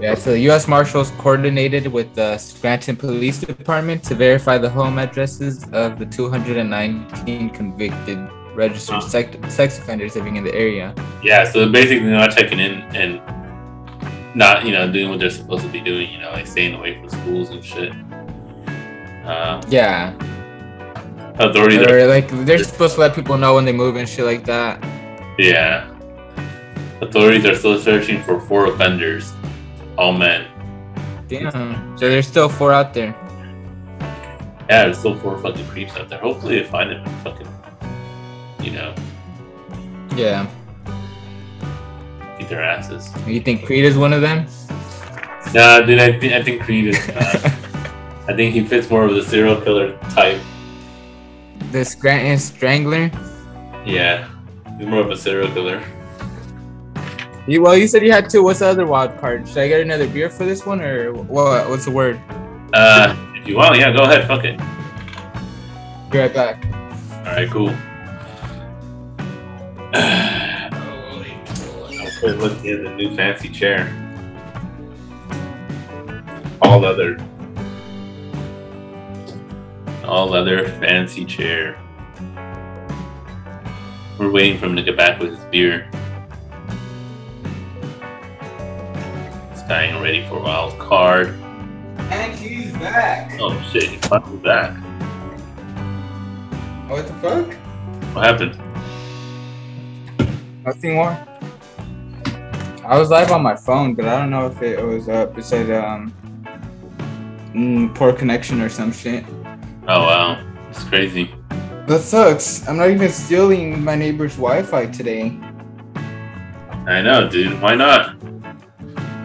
B: Yeah, so the U.S. Marshals coordinated with the Scranton Police Department to verify the home addresses of the 219 convicted registered
A: Huh.
B: sex, sex offenders living in the area.
A: Yeah, so basically they're not checking in and not, you know, doing what they're supposed to be doing, you know, like staying away from schools and shit. Uh,
B: Yeah,
A: authorities are
B: or like they're supposed to let people know when they move and shit like that.
A: Yeah. Authorities are still searching for four offenders, all men.
B: Damn. So there's still four out there.
A: Yeah, there's still four fucking creeps out there. Hopefully they find him and fucking, you know,
B: Yeah.
A: beat their asses.
B: You think Creed is one of them?
A: Nah, dude, I, thi- I think Creed is. Uh, I think he fits more of the serial killer type.
B: The Scranton Strangler?
A: Yeah, he's more of a serial killer.
B: You, well, you said you had two. What's the other wild card? Should I get another beer for this one, or what? What's the word?
A: Uh, if you want, yeah, go ahead. Fuck it.
B: Be right back.
A: All right, cool. Okay, look in the new fancy chair. All leather. All leather fancy chair. We're waiting for him to get back with his beer. He's dying ready for a wild card.
B: And he's back.
A: Oh shit, he finally back.
B: Oh, What the fuck?
A: What happened?
B: Nothing more. I was live on my phone, but I don't know if it was up. It said um, mm, poor connection or some shit.
A: Oh wow. It's crazy.
B: That sucks. I'm not even stealing my neighbor's Wi-Fi today,
A: I know, dude. Why not?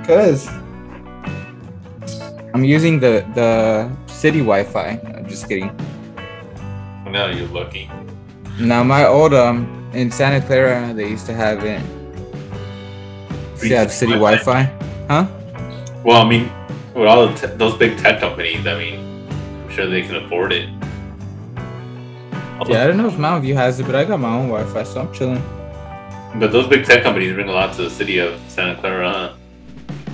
B: cause I'm using the the city Wi-Fi. I'm just kidding.
A: I know you're lucky.
B: Now my old um in Santa Clara they used to have it.
A: Free
B: Yeah, city
A: Wi-Fi.
B: Wi-Fi, huh?
A: Well, I mean, with all the te- those big tech companies, I mean, I'm sure they can afford it.
B: Yeah, I don't know if Mountain View has it, but I got my own Wi-Fi, so I'm chilling.
A: But those big tech companies bring a lot to the city of Santa Clara,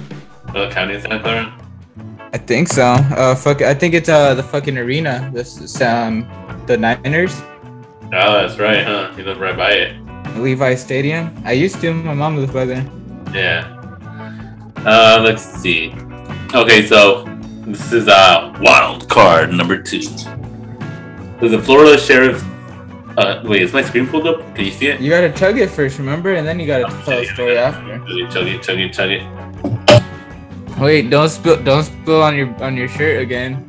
A: huh? The county of Santa Clara?
B: I think so. Uh, fuck, I think it's uh the fucking arena. This is, um the Niners,
A: Oh, that's right, huh? You live right by it.
B: Levi Stadium. I used to. My mom lived by there.
A: Yeah. Uh, let's see. Okay, so this is uh wild card number two. So the Florida Sheriff's Uh, wait, is my screen pulled up? Can you see it?
B: You gotta chug it first, remember? And then you
A: Oh,
B: gotta tell a story after.
A: Chug it, chug it, chug it.
B: Wait, don't spill don't spill on your on your shirt again.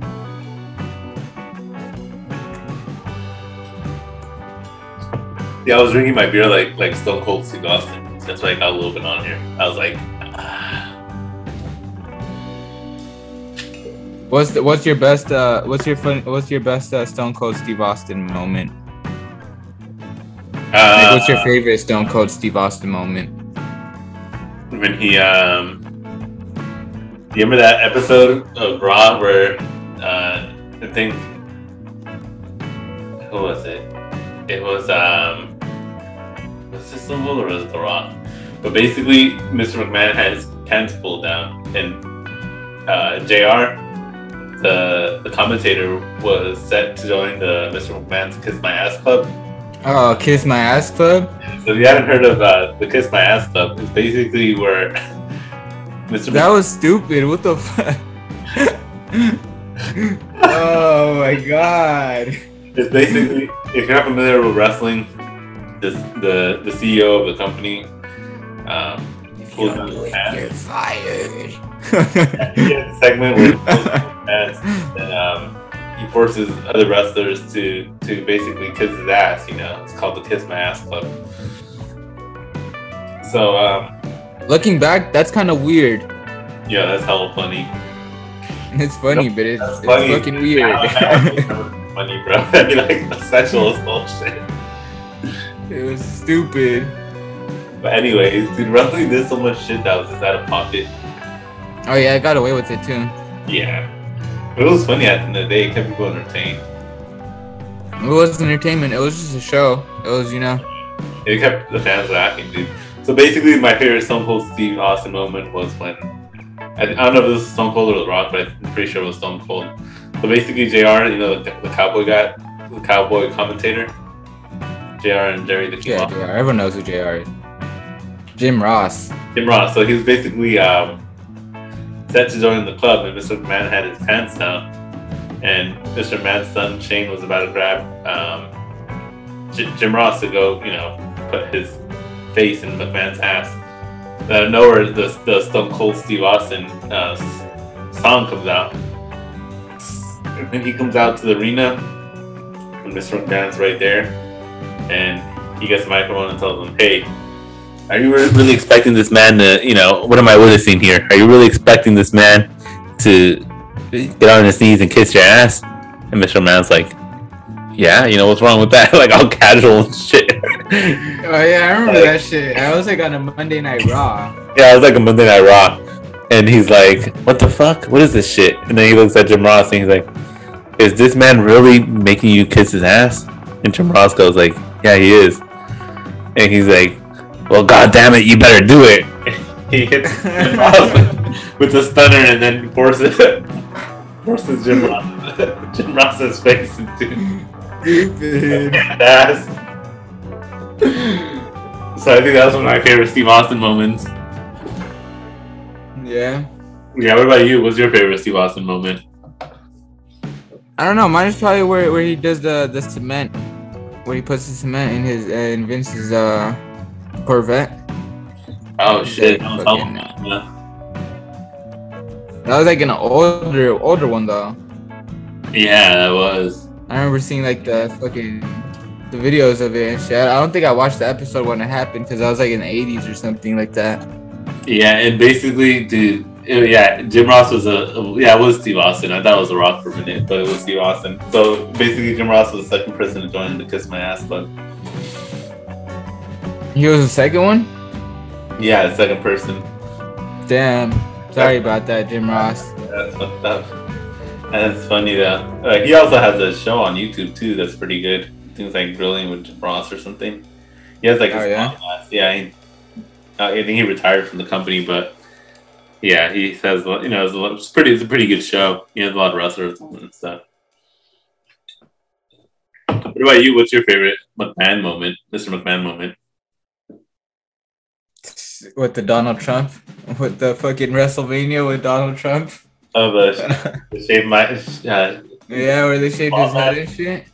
A: Yeah, I was drinking my beer like like Stone Cold Steve Austin. That's why I got a little bit on here. I was like,
B: What's the, what's your best uh what's your fun what's your best uh, Stone Cold Steve Austin moment? Like,
A: uh,
B: what's your favorite Stone Cold Steve Austin moment?
A: when he um you remember that episode of Raw where uh I think who was it? It was um was this the Bull or was it the Rock? But basically Mr. McMahon had his pants pulled down and uh JR the the commentator was set to join the Mr. McMahon's Kiss My Ass Club.
B: Oh, Kiss My Ass Club?
A: So if you haven't heard of uh, the Kiss My Ass Club, it's basically where Mr.
B: That was stupid. What the fuck? oh my god.
A: It's basically, if you're not familiar with wrestling, this, the the CEO of the company um, pulls out his pants.
B: fired.
A: He has a segment where he pulls out his pants and um, he forces other wrestlers to to basically kiss his ass. You know, it's called the Kiss My Ass Club. So um,
B: Looking back, that's kind of weird.
A: yeah, that's hella funny.
B: It's funny, but it's,
A: That's
B: it's
A: funny.
B: fucking weird.
A: Now that was funny, bro. I mean, like the sexual is bullshit.
B: it was stupid.
A: But anyways, dude, wrestling did so much shit that was just out of pocket.
B: Oh yeah, I got away with it too.
A: Yeah. But it was funny at the end of the day, it kept people entertained.
B: It was entertainment. It was just a show. It was, you know.
A: It kept the fans laughing, dude. So basically my favorite Stone Cold Steve Austin moment was when I, I don't know if this was Stone Cold or The Rock, but I'm pretty sure it was Stone Cold. So basically JR, you know, the, the cowboy guy, the cowboy commentator. JR and Jerry the King
B: Yeah,
A: Lawler.
B: JR. Everyone knows who JR is. Jim Ross.
A: Jim Ross. So he was basically um, set to join the club, and Mr. McMahon had his pants down. And Mr. McMahon's son Shane was about to grab um, J- Jim Ross to go, you know, put his face in McMahon's ass. And Out of nowhere, the, the Stone Cold Steve Austin uh, s- song comes out. And then he comes out to the arena, and Mr. McMahon's right there. And he gets the microphone and tells him, hey, are you re- really expecting this man to, you know, what am I witnessing here? Are you really expecting this man to get on his knees and kiss your ass? And Mr. Man's like, yeah, you know, what's wrong with that? like, all casual and shit.
B: Oh
A: yeah,
B: yeah, I remember
A: that
B: that shit. I was like on a Monday Night Raw.
A: it was like a Monday Night Raw. And he's like, what the fuck? What is this shit? And then he looks at Jim Ross and he's like, is this man really making you kiss his ass? And Jim Ross goes like, yeah, he is. And he's like, well, god damn it, you better do it. he hits Jim Ross with- with a stunner and then forces forces Jim Ross Jim Ross's face into
B: Stupid.
A: ass. So I think that was one of my favorite Steve Austin moments.
B: Yeah.
A: Yeah, what about you? What's your favorite Steve Austin moment?
B: I don't know. Mine is probably where, where he does the the cement, where he puts the cement in his uh, in Vince's uh Corvette.
A: Oh shit! uh,
B: Yeah,
A: I was
B: fucking-
A: helping. Yeah.
B: That was like an older older one though.
A: Yeah, that was.
B: I remember seeing like the fucking the videos of it and shit. I don't think I watched the episode when it happened because I was like in the 80s or something like that.
A: Yeah, and basically, dude, it- yeah, Jim Ross was a yeah, it was Steve Austin. I thought it was a Rock for a minute, but it was Steve Austin. So basically, Jim Ross was the second person to join the Kiss My Ass Club.
B: He was the second one.
A: Yeah, the second person.
B: Damn. Sorry about that, Jim Ross.
A: That's fucked up. And it's funny though. Uh, he also has a show on YouTube too. That's pretty good. Things like grilling with Jim Ross or something. He has like
B: Oh,
A: a
B: yeah?
A: podcast. Yeah, he, uh, I think he retired from the company, but yeah, he has you know it's, a lot, it's pretty. It's a pretty good show. He has a lot of wrestlers and stuff. What about you? What's your favorite McMahon moment, Mr. McMahon moment?
B: With the Donald Trump, with the fucking WrestleMania with Donald Trump.
A: Of uh, shave my uh,
B: Yeah, where they shaved his head and shit.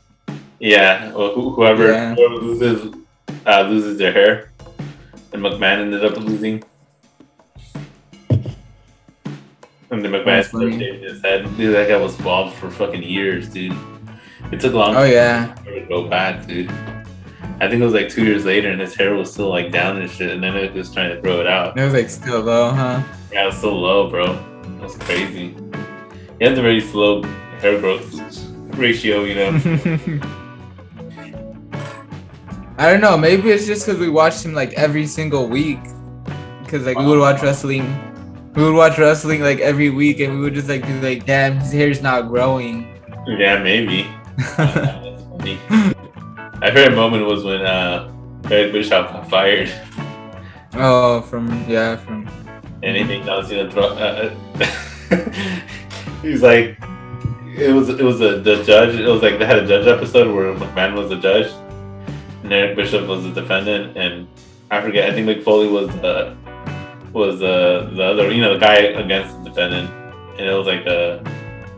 A: Yeah, well, who- whoever,
B: Yeah.
A: whoever loses uh, loses their hair, and McMahon ended up losing. And then McMahon
B: That's
A: ended
B: funny.
A: up shaving his head. Dude, that guy was bald for fucking years, dude. It took a long
B: Oh yeah.
A: time for it to go back, dude. I think it was like two years later, and his hair was still like down and shit. And then it was trying to grow it out.
B: It was like still low, huh?
A: Yeah, it was so low, bro. It was crazy. He has a very slow hair growth ratio, you know.
B: I don't know. Maybe it's just because we watched him like every single week. Because like we would watch wrestling, we would watch wrestling like every week, and we would just like be like, "Damn, his hair's not growing."
A: yeah, maybe. That's funny. My favorite moment was when uh, Eric Bischoff got fired
B: oh, from yeah, from
A: and he made John Cena throw. Uh, he's like, it was it was a, the judge. It was like they had a judge episode where McMahon was the judge and Eric Bischoff was the defendant, and I forget. I think Mick Foley was the was the the other you know the guy against the defendant, and it was like a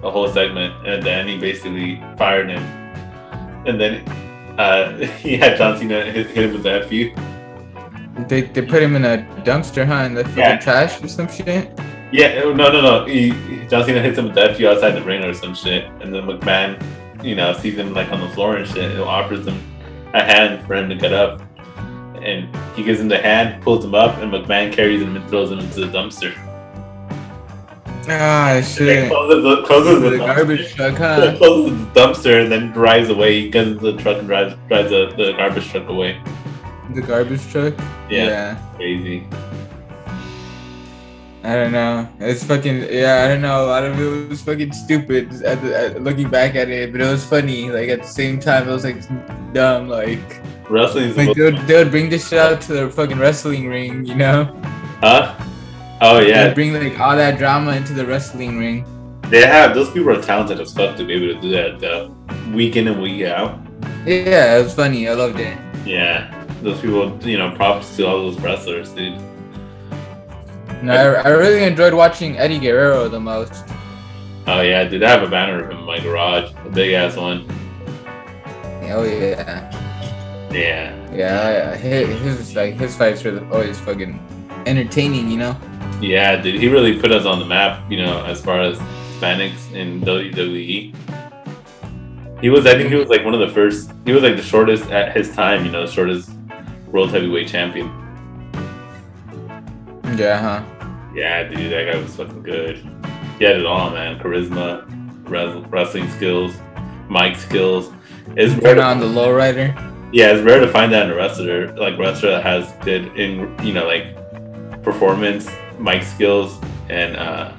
A: a whole segment, and at the end he basically fired him, and then. Uh, he had John Cena hit, hit him with the FU.
B: they they put him in a dumpster, huh, in the fucking
A: Yeah.
B: trash or some shit.
A: Yeah, oh, no, no, no. He, he- John Cena hits him with the FU outside the ring or some shit, and then McMahon, you know, sees him like on the floor and shit, and offers him a hand for him to get up, and he gives him the hand, pulls him up, and McMahon carries him and throws him into the dumpster.
B: Ah
A: And
B: shit.
A: closes the, closes the,
B: The
A: dumpster.
B: garbage truck, huh?
A: Closes the dumpster and then drives away. He gets into the truck and drives drives the, the garbage truck away.
B: The garbage truck.
A: Yeah,
B: yeah.
A: crazy.
B: I don't know. It's fucking yeah. I don't know. A lot of it was fucking stupid. At the, at, looking back at it, but it was funny. Like at the same time, it was like dumb. Like
A: Wrestling's the
B: like
A: most-
B: they would, they would bring this shit out to their fucking wrestling ring, you know?
A: huh? Oh yeah,
B: They'd bring like all that drama into the wrestling ring.
A: They have those people are talented as fuck to be able to do that though. Week in and week out.
B: Yeah, it was funny. I loved it.
A: Yeah. Those people, you know, props to all those wrestlers, dude.
B: No, I, I really enjoyed watching Eddie Guerrero the most.
A: Oh yeah, dude, I have a banner of him in my garage. A big ass one.
B: Oh yeah,
A: Yeah.
B: yeah. His, his like his fights were always fucking entertaining, you know?
A: Yeah, dude. He really put us on the map, you know, as far as Hispanics in WWE. He was I think he was like one of the first he was like the shortest at his time, you know, shortest world heavyweight champion.
B: Yeah, huh?
A: Yeah, dude, that guy was fucking good. He had it all, man. Charisma, res- wrestling skills, mic skills. It's rare
B: Turn
A: to,
B: on the lowrider.
A: yeah, it's rare to find that in a wrestler, like wrestler that has good in you know like performance, mic skills, and uh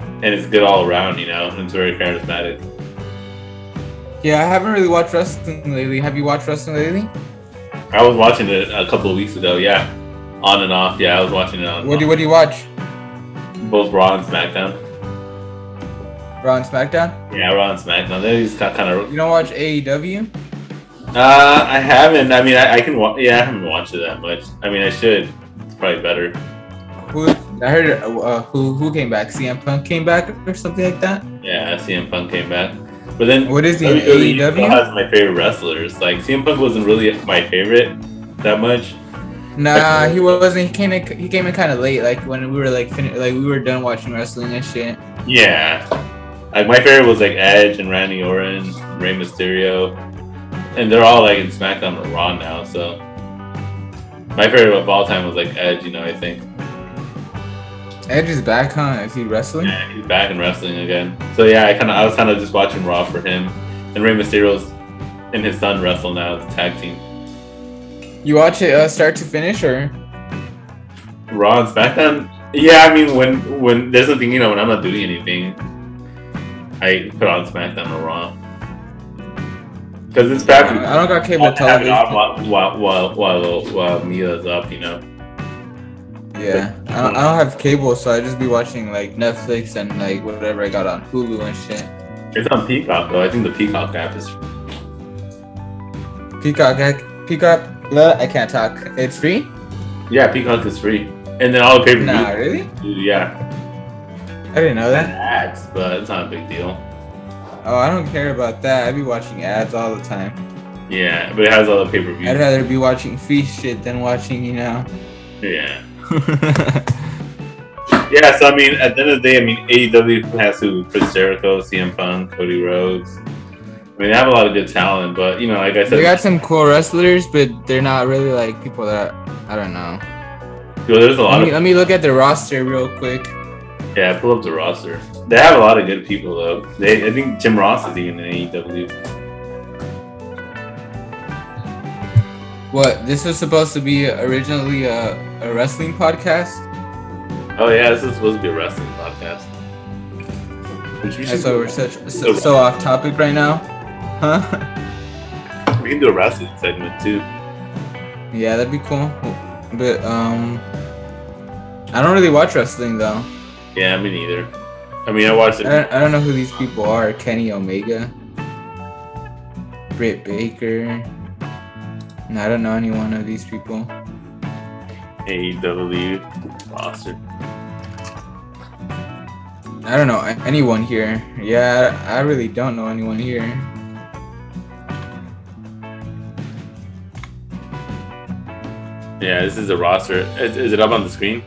A: and it's good all around. You know, and it's very charismatic.
B: Yeah, I haven't really watched wrestling lately. Have you watched wrestling lately?
A: I was watching it a couple of weeks ago. Yeah, on and off. Yeah, I was watching it on
B: What do what do you watch?
A: both Raw and SmackDown.
B: Raw and SmackDown?
A: Yeah, Raw and SmackDown. They just got kind of
B: You don't watch E AEW?
A: Uh, I haven't. I mean, I, I can watch. Yeah, I haven't watched it that much. I mean, I should. It's probably better.
B: Who I heard uh, who who came back? CM Punk came back or something like that.
A: Yeah, CM Punk came back, but then
B: What is E he?
A: WWE
B: in
A: still
B: AEW?
A: has my favorite wrestlers. Like CM Punk wasn't really my favorite that much.
B: Nah, he wasn't. He came in, he came in kind of late, like when we were like fin- like we were done watching wrestling and shit.
A: Yeah, like my favorite was like Edge and Randy Orton, Rey Mysterio, and they're all like in SmackDown or Raw now. So my favorite of all time was like Edge. You know, I think.
B: Edge is back, huh? Is he wrestling?
A: Yeah, he's back in wrestling again. So yeah, I kind of I was kind of just watching Raw for him, and Rey Mysterio's and his son wrestle now as a tag team.
B: You watch it uh, start to finish, or
A: Raw and SmackDown. Yeah, I mean when when there's nothing you know when I'm not doing anything, I put on SmackDown or Raw because it's
B: I
A: back.
B: don't, I don't got cable
A: I'll have it on
B: television.
A: while while while while, while Mila's up, you know.
B: Yeah, I don't, I don't have cable, so I just be watching like Netflix and like whatever I got on Hulu and shit.
A: It's on Peacock though. I think the Peacock app is
B: Peacock, I, Peacock. blah, I can't talk. It's free.
A: yeah, Peacock is free, and then all pay per
B: Nah,
A: view.
B: really?
A: Yeah,
B: I didn't know that.
A: ads, but it's not a big deal.
B: Oh, I don't care about that. I be watching ads all the time.
A: Yeah, but it has all the pay per view.
B: I'd rather be watching free shit than watching, you know.
A: Yeah. Yeah, so I mean, at the end of the day, I mean, AEW has who? Chris Jericho, CM Punk, Cody Rhodes. I mean, they have a lot of good talent, but, you know, like I said,
B: they got some cool wrestlers, but they're not really like people that I don't know.
A: you know, there's a lot
B: Let me,
A: of.
B: let me look at the roster real quick. uh,
A: Yeah, pull up the roster. They have a lot of good people, though. They, I think Jim Ross is even in E AEW.
B: What this was supposed to be originally a, a wrestling podcast.
A: Oh, yeah, this is supposed to be a wrestling podcast. Which we, should
B: That's why
A: do.
B: we're such so, so off topic right now, huh?
A: we can do a wrestling segment, too.
B: yeah, that'd be cool. But um, I don't really watch wrestling though.
A: Yeah, me neither. I mean, I watched
B: I
A: it.
B: don't, I don't know who these people are. Kenny Omega, Britt Baker. No, I don't know any one of these people.
A: AEW E roster.
B: I don't know a- anyone here. Yeah, I I really don't know anyone here.
A: Yeah, this is a roster. Is, is it up on the screen?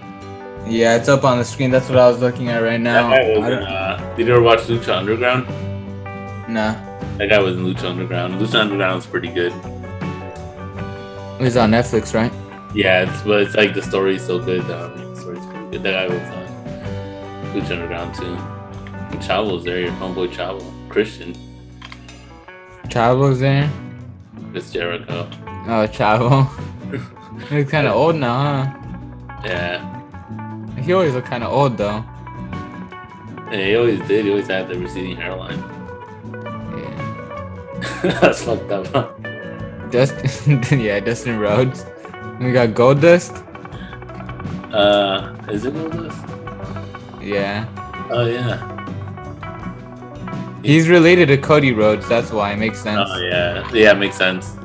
B: Yeah, it's up on the screen. That's what I was looking at right now.
A: That guy
B: I
A: was in,
B: don't,
A: uh, did you ever watch Lucha Underground?
B: nah,
A: That guy was in Lucha Underground. Lucha Underground was pretty good.
B: it was on Netflix, right?
A: Yeah, it's, but it's like the story is so good. Um, the story's pretty good. That guy was on Lucha Underground too. And Chavo's there, your homeboy Chavo. Christian,
B: Chavo's there.
A: Chris Jericho.
B: Oh, Chavo. he looks kind of old now,
A: Yeah.
B: huh? He always looked kind of old though.
A: And he always did. He always had the receding hairline.
B: Yeah.
A: That's fucked up. huh?
B: Dustin, yeah, Dustin Rhodes. We got Gold Dust.
A: Uh, is it one of those?
B: Yeah.
A: Oh yeah.
B: He's related to Cody Rhodes, that's why it makes sense.
A: Oh yeah. Yeah, makes sense.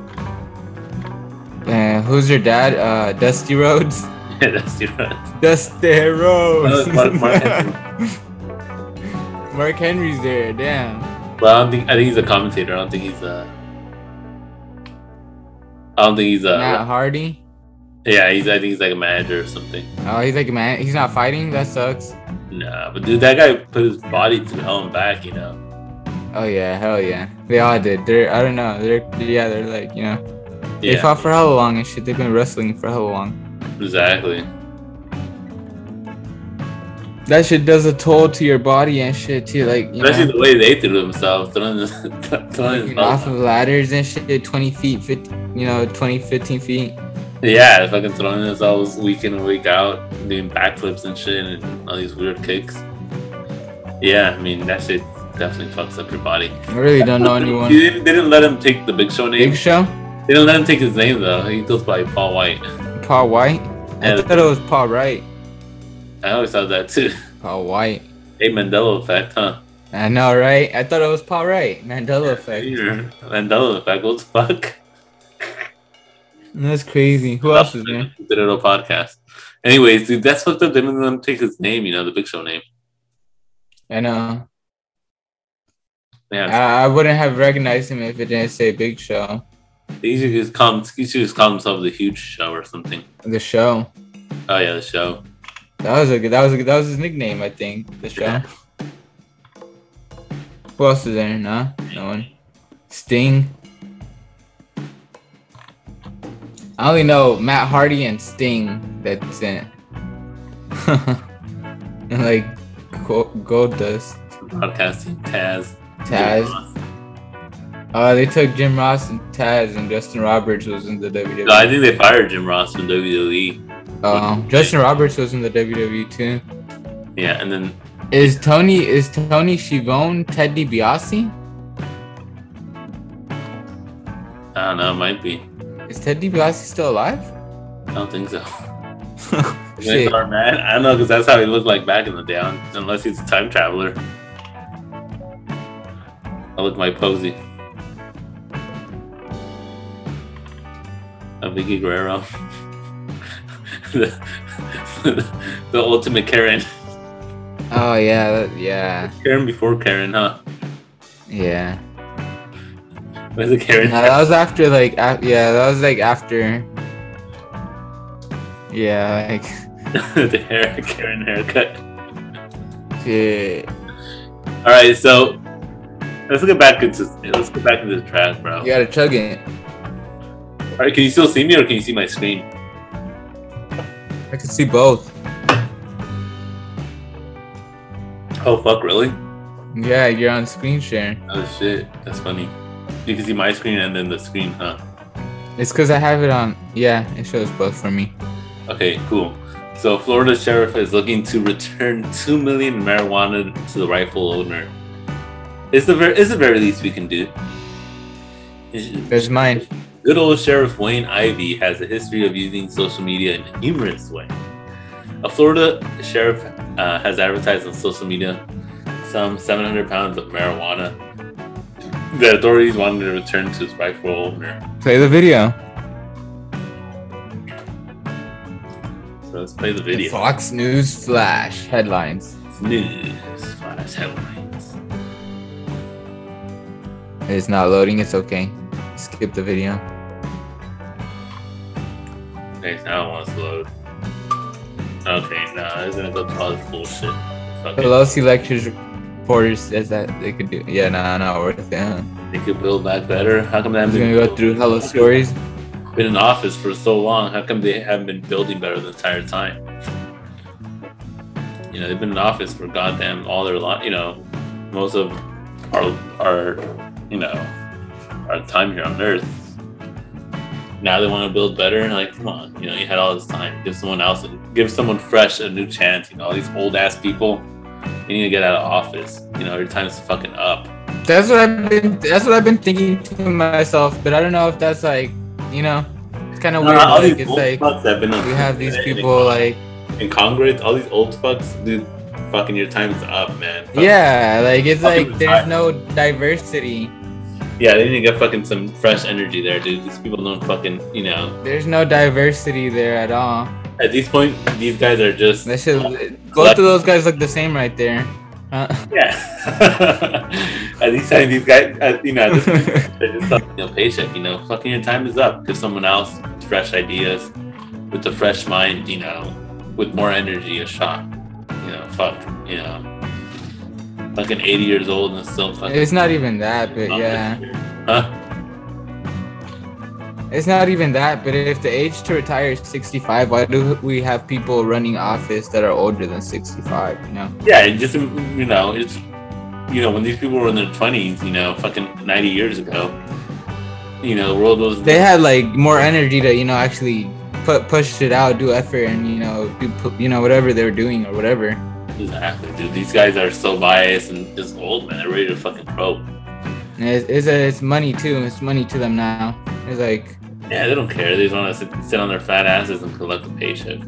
B: Uh, who's your dad? Uh, Dusty Rhodes.
A: Yeah, that's too right.
B: Dusty Rhodes.
A: Oh, Mark- Mark Henry.
B: Mark Henry's there. Damn.
A: Well, I don't think I think he's a commentator. I don't think he's a. I don't think he's a.
B: Matt Hardy.
A: Yeah, he's. I think he's like a manager or something.
B: Oh, he's like man. He's not fighting. That sucks.
A: Nah, but dude, that guy put his body to hell and back. You know.
B: Oh yeah, hell yeah. They all did. They're I don't know. They're yeah. They're like you know. They
A: Yeah,
B: fought for how long and shit. They've been wrestling for how long.
A: exactly.
B: That shit does a toll to your body and shit too. Like you
A: Especially
B: know,
A: the way they threw themselves, throwing, the- throwing
B: fucking
A: his
B: off
A: off.
B: of ladders and shit. Twenty feet, 50, you know, 20, 15 feet.
A: Yeah, fucking throwing themselves week in and week out, doing backflips and shit, and all these weird kicks. Yeah, I mean that shit definitely fucks up your body.
B: I really don't know anyone.
A: They didn't, they didn't let him take the Big Show name.
B: Big Show,
A: They didn't let him take his name though. He goes by Paul White.
B: Paul White. I
A: Yeah.
B: thought it was Paul Wright.
A: I always thought that too.
B: Paul White.
A: Hey, Mandela effect, huh?
B: I know, right? I thought it was Paul Wright. Mandela effect.
A: Here, Mandela effect. What the fuck?
B: That's crazy. Who else is there?
A: The little podcast. Anyways, dude, that's fucked up. They didn't let him take his name. You know, the Big Show name.
B: I know.
A: Yeah,
B: I, I wouldn't have recognized him if it didn't say Big Show.
A: he should just call. Him, he should just call himself the Huge Show or something.
B: The show.
A: Oh yeah, the show.
B: That was a good. That was a good. That was his nickname, I think. The show. Who else is there? Nah, no one. Sting. I only know Matt Hardy and Sting. That's it. and like Gold, gold Dust.
A: Podcasting Taz.
B: Taz. Uh, they took Jim Ross and Taz, and Justin Roberts was in the E.
A: No, I
B: WWE.
A: think they fired Jim Ross from E. WWE.
B: Uh, Justin Roberts was in the WWE too.
A: Yeah, and then
B: Is Tony is Tony Schiavone Ted DiBiase?
A: I don't know. It might be.
B: Is Ted DiBiase still alive?
A: I don't think so. Vince
B: Shit.
A: Man. I know because that's how he looked like back in the day, un- unless he's a time traveler. I look my posy. I'm Vicky Guerrero. the, the ultimate Karen.
B: Oh yeah, that- yeah.
A: Karen before Karen, huh?
B: Yeah.
A: Where's the Karen?
B: No, that was after like af- yeah, that was like after. Yeah, like
A: the hair, Karen haircut.
B: shit.
A: All right, so let's get back into let's get back into the track, bro.
B: You gotta chug it.
A: All right, can you still see me or can you see my screen?
B: I could see both.
A: Oh fuck, really?
B: Yeah, you're on screen share.
A: Oh shit, that's funny. You can see my screen and then the screen, huh?
B: It's because I have it on. Yeah, it shows both for me.
A: Okay, cool. So Florida sheriff is looking to return two million marijuana to the rightful owner. It's the ver- it's the very least we can do.
B: There's mine.
A: Good old Sheriff Wayne Ivy has a history of using social media in a humorous way. A Florida sheriff uh, has advertised on social media some 700 pounds of marijuana that authorities wanted to return to its rightful owner.
B: Play the video.
A: So let's play the
B: The
A: video.
B: Fox News Flash headlines.
A: News flash headlines.
B: It's not loading. It's okay. Skip the video.
A: Okay, now it wants to load. Okay, nah, it's gonna go through all this bullshit. Fuck it.
B: Pelosi lectures reporters says that they could do. Yeah, no, no, worth it. Huh?
A: They could build back better. How come they
B: I'm
A: haven't
B: just gonna
A: been,
B: go through hello stories.
A: been in office for so long? How come they haven't been building better the entire time? You know, they've been in office for goddamn all their life. You know, most of our our you know our time here on Earth. Now they want to build better, and like, come on, you know, you had all this time. Give someone else, give someone fresh a new chance. You know, all these old ass people, you need to get out of office. You know, your time's fucking up.
B: That's what I've been. That's what I've been thinking to myself. But I don't know if that's like, you know, it's kind of weird.
A: all
B: Like,
A: these
B: it's
A: old
B: like
A: fucks have been on
B: we have these
A: Twitter and
B: people like,
A: in Congress, all these old fucks, dude, fucking your time's up, man. Fuck-
B: yeah, like it's
A: Fucking
B: like
A: retire.
B: there's no diversity.
A: Yeah, they need to get fucking some fresh energy there, dude. These people don't fucking, you know.
B: There's no diversity there at all.
A: At this point, these guys are just.
B: That should, both of those guys look the same right there. Uh,
A: yeah. at this time, these guys, at, you know, at this point, they're just fucking a paycheck, you know. Fucking your time is up. Give someone else fresh ideas with a fresh mind, you know, with more energy, a shot. You know, fuck, you know. Fucking 80 years old and still fucking.
B: it's not even that, but yeah,
A: Huh?
B: it's not even that. But if the age to retire is 65, why do we have people running office that are older than 65? You know.
A: yeah, it just you know, it's you know, when these people were in their twenties, you know, fucking ninety years ago, you know, the world was
B: they had like more energy to you know actually put push it out, do effort, and you know do pu- you know whatever they were doing or whatever.
A: exactly, dude. These guys are so biased and just old man. They're ready to fucking grow.
B: And it's it's, it's money too. It's money to them now. It's like
A: Yeah, they don't care. They just want to sit, sit on their fat asses and collect a paycheck,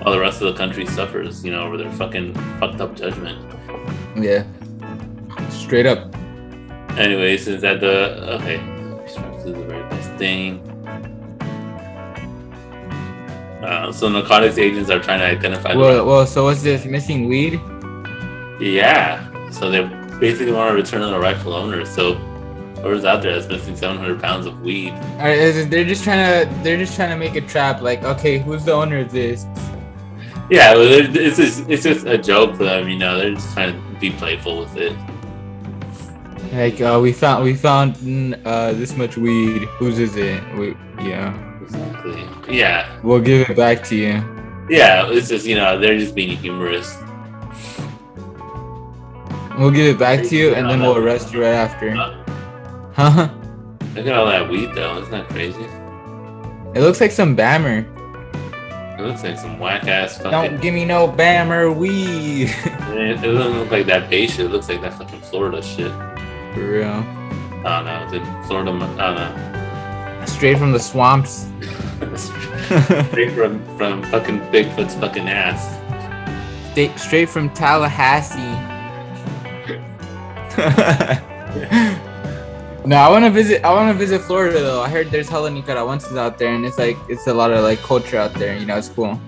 A: while the rest of the country suffers, you know, over their fucking fucked up judgment.
B: yeah, straight up.
A: Anyway, since that the okay, this is the very best thing. Uh, so narcotics agents are trying to identify. the
B: Well, well. So what's this missing weed?
A: Yeah. So they basically want to return to the rightful owner. So whoever's out there that's missing 700 pounds of weed.
B: Or is it, they're just trying to they're just trying to make a trap. Like okay, who's the owner of this?
A: Yeah, well, they're- it's just, it's just a joke for them, you know. They're just trying to be playful with it.
B: Like uh, we found we found mm, uh, this much weed. Whose is it? We, yeah,
A: Exactly. Yeah.
B: we'll give it back to you.
A: Yeah. It's just, you know, they're just being humorous.
B: We'll give it back to you, and then we'll arrest you right after.
A: Uh,
B: Huh?
A: Look at all that weed, though. Isn't that crazy?
B: It looks like some bammer.
A: It looks like some whack ass
B: Don't
A: fucking.
B: give me no bammer weed.
A: It doesn't look like that Bay shit. It looks like that fucking Florida shit.
B: For real.
A: I don't know. The Florida. I
B: Straight from the swamps.
A: don't know. Straight from, from fucking Bigfoot's fucking ass.
B: Sta- Straight from Tallahassee. no, I want to visit. I want to visit Florida though. I heard there's hella Nicaraguenses out there, and it's like it's a lot of like culture out there. You know, it's cool.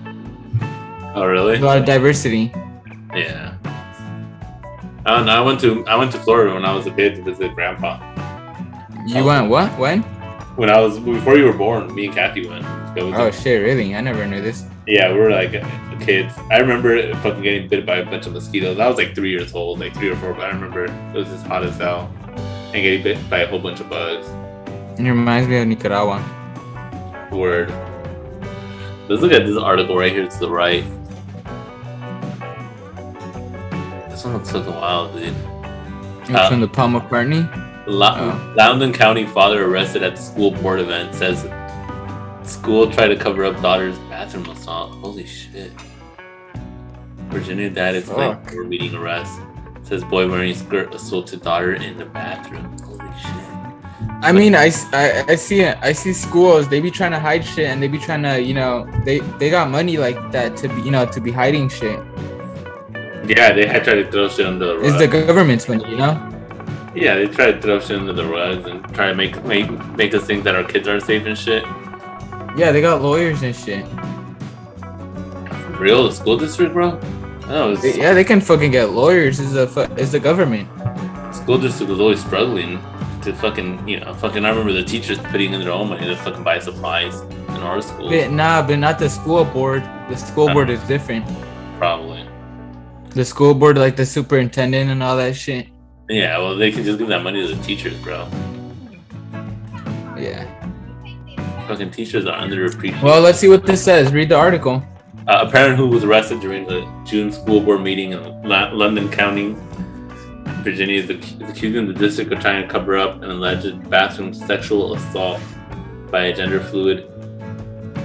A: Oh, really?
B: There's a lot of diversity.
A: Yeah. I don't know. I went to I went to Florida when I was a kid to visit grandpa.
B: You went what? When?
A: When I was before you were born, me and Kathy went. It was
B: Oh shit! Really? I never knew this.
A: Yeah, we were like kids. I remember fucking getting bit by a bunch of mosquitoes. I was like three years old, like three or four, but I remember it was just hot as hell and getting bit by a whole bunch of bugs.
B: It reminds me of Nicaragua.
A: Word. Let's look at this article right here to the right. This one looks fucking wild, dude.
B: It's
A: Uh,
B: from the Paul McCartney.
A: La- Loudoun County father arrested at the school board event says school tried to cover up daughter's bathroom assault. Holy shit. Virginia dad is playing
B: Fuck.
A: for meeting arrest. Says boy wearing skirt assaulted daughter in the bathroom. Holy shit.
B: I mean, I, s- I- I see it. I see schools. They be trying to hide shit, and they be trying to, you know, they they got money like that to be, you know, to be hiding shit.
A: Yeah, they had tried to throw shit under the rug.
B: It's the government's money, you know.
A: yeah, they tried to throw shit under the rug and try to make make make us think that our kids are safe and shit.
B: Yeah, they got lawyers and shit.
A: For real, the school district, bro? No,
B: They- yeah, they can fucking get lawyers. Is the fu- is the government?
A: school district was always struggling to fucking, you know, fucking. I remember the teachers putting in their own money to fucking buy supplies in our school.
B: But nah, but not the school board. The school board is different.
A: Probably.
B: The school board, like the superintendent and all that shit.
A: Yeah, well, they can just give that money to the teachers, bro.
B: Yeah.
A: Fucking teachers are underappreciated.
B: Well, let's see what this says. Read the article.
A: Uh, a parent who was arrested during the June school board meeting in La- London County, Virginia, is ac- is accusing the district of trying to cover up an alleged bathroom sexual assault by a gender fluid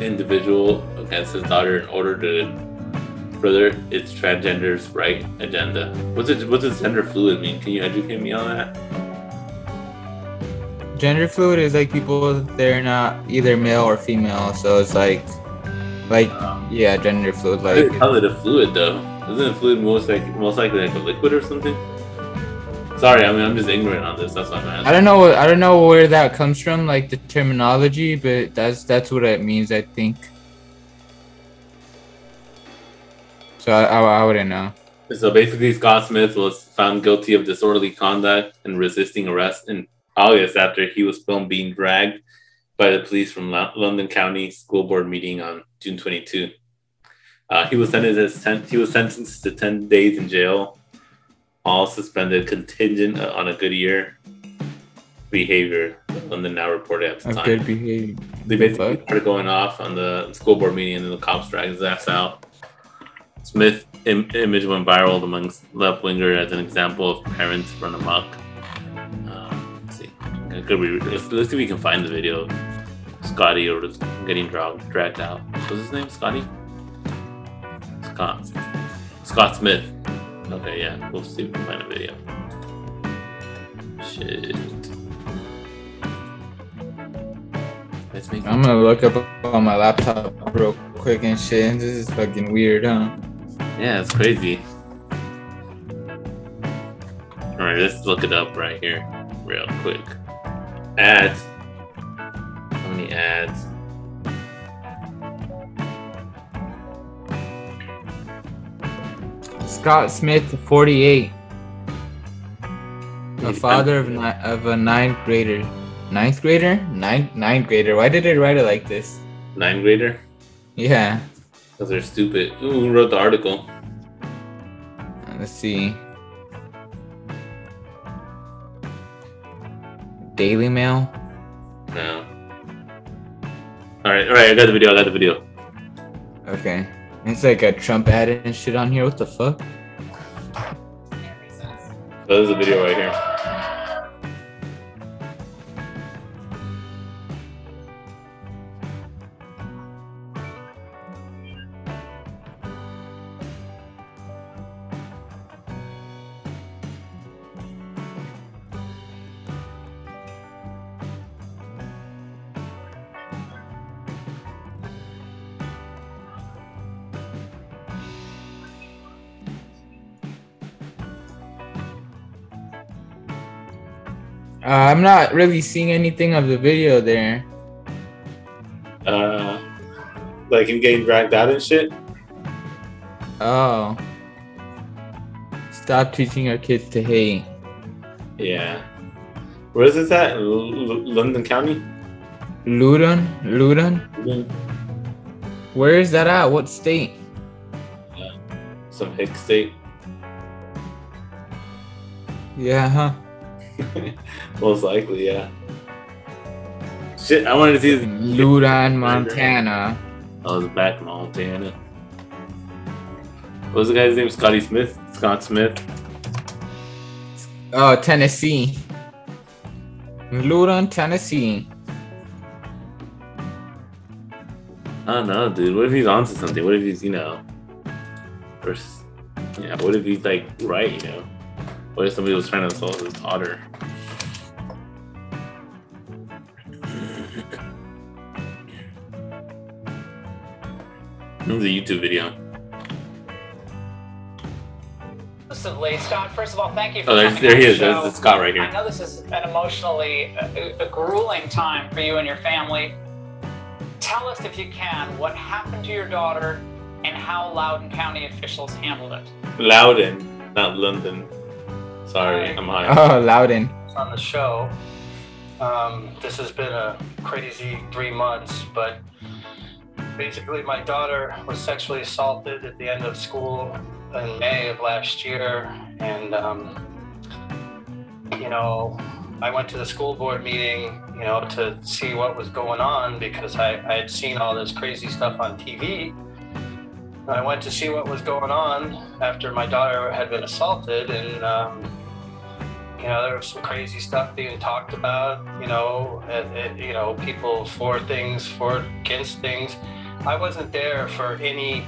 A: individual against his daughter in order to further its transgender's right agenda. What's it? What does gender fluid mean? Can you educate me on that?
B: Gender fluid is like people they're not either male or female, so it's like, like
A: Um,
B: yeah, gender fluid.
A: I didn't
B: Like
A: call it a fluid though. Isn't a fluid most like most likely like a liquid or something? Sorry, I mean I'm just ignorant on this. That's why I'm asking.
B: I don't know. I don't know where that comes from, like the terminology, but that's that's what it means. I think. So I, I, I wouldn't know.
A: So basically, Scott Smith was found guilty of disorderly conduct and resisting arrest in August after he was filmed being dragged by the police from Lo- London County School Board meeting on June 22. Uh, he was sentenced sen- he was sentenced to 10 days in jail, all suspended contingent on a good year behavior. London now reported at the
B: Of
A: time
B: good behavior.
A: they basically
B: Fuck.
A: started going off on the school board meeting and then the cops dragged his ass out. Smith Im- image went viral amongst left winger as an example of parents run amok. Um, let's see. It Could be, let's, let's see if we can find the video of Scotty or just getting dragged dragged out. What's his name? Scotty? Scott. Scott Smith. Okay, yeah. We'll see if we can find a video. Shit. Let's make
B: I'm gonna look up on my laptop real quick and shit. This is fucking weird, huh?
A: Yeah, it's crazy. All right, let's look it up right here, real quick. Ads. How many ads?
B: Scott Smith, 48, the father of ni- of a ninth grader. Ninth grader? Ninth ninth grader. Why did they write it like this?
A: Nine grader?
B: Yeah.
A: Because they're stupid. Ooh, who wrote the article?
B: Let's see. Daily Mail.
A: No. All right, all right, I got the video, I got the video.
B: Okay. It's like a Trump ad and shit on here. What the fuck? Uh,
A: So this is Oh, a video right here.
B: Uh, I'm not really seeing anything of the video there.
A: Uh, like him getting dragged out and shit.
B: Oh. It's Stop teaching our kids to hate.
A: Yeah. Where is this at? L- L- London County?
B: Ludon? Ludon? Where is that at? What state?
A: Some hick state.
B: Yeah, huh?
A: Most likely, yeah. Shit, I wanted to see this.
B: Ludon, Montana.
A: I was back in Montana. What was the guy's name? Scotty Smith? Scott Smith?
B: Oh, Tennessee. Ludon, Tennessee.
A: I don't know, dude. What if he's onto something? What if he's, you know, or, s- yeah, what if he's like right, you know? What if somebody was trying to solve his daughter? It was a YouTube video.
D: Recently, Scott, first of all, thank you for
A: Oh, there's,
D: coming
A: there
D: on
A: he
D: the
A: is. That's,
D: show.
A: that's Scott right
D: I
A: here.
D: know this is an emotionally uh, a, grueling time for you and your family. Tell us, if you can, what happened to your daughter and how Loudoun County officials handled it.
A: Loudon, not London. Sorry, I'm high.
B: Oh, Loudon.
E: on the show. Um, this has been a crazy three months, but basically, my daughter was sexually assaulted at the end of school in May of last year. And, um, you know, I went to the school board meeting, you know, to see what was going on because I, I had seen all this crazy stuff on TV. And I went to see what was going on after my daughter had been assaulted, and um, you know, there was some crazy stuff being talked about. You know, it, it, you know, people for things, for against things. I wasn't there for any.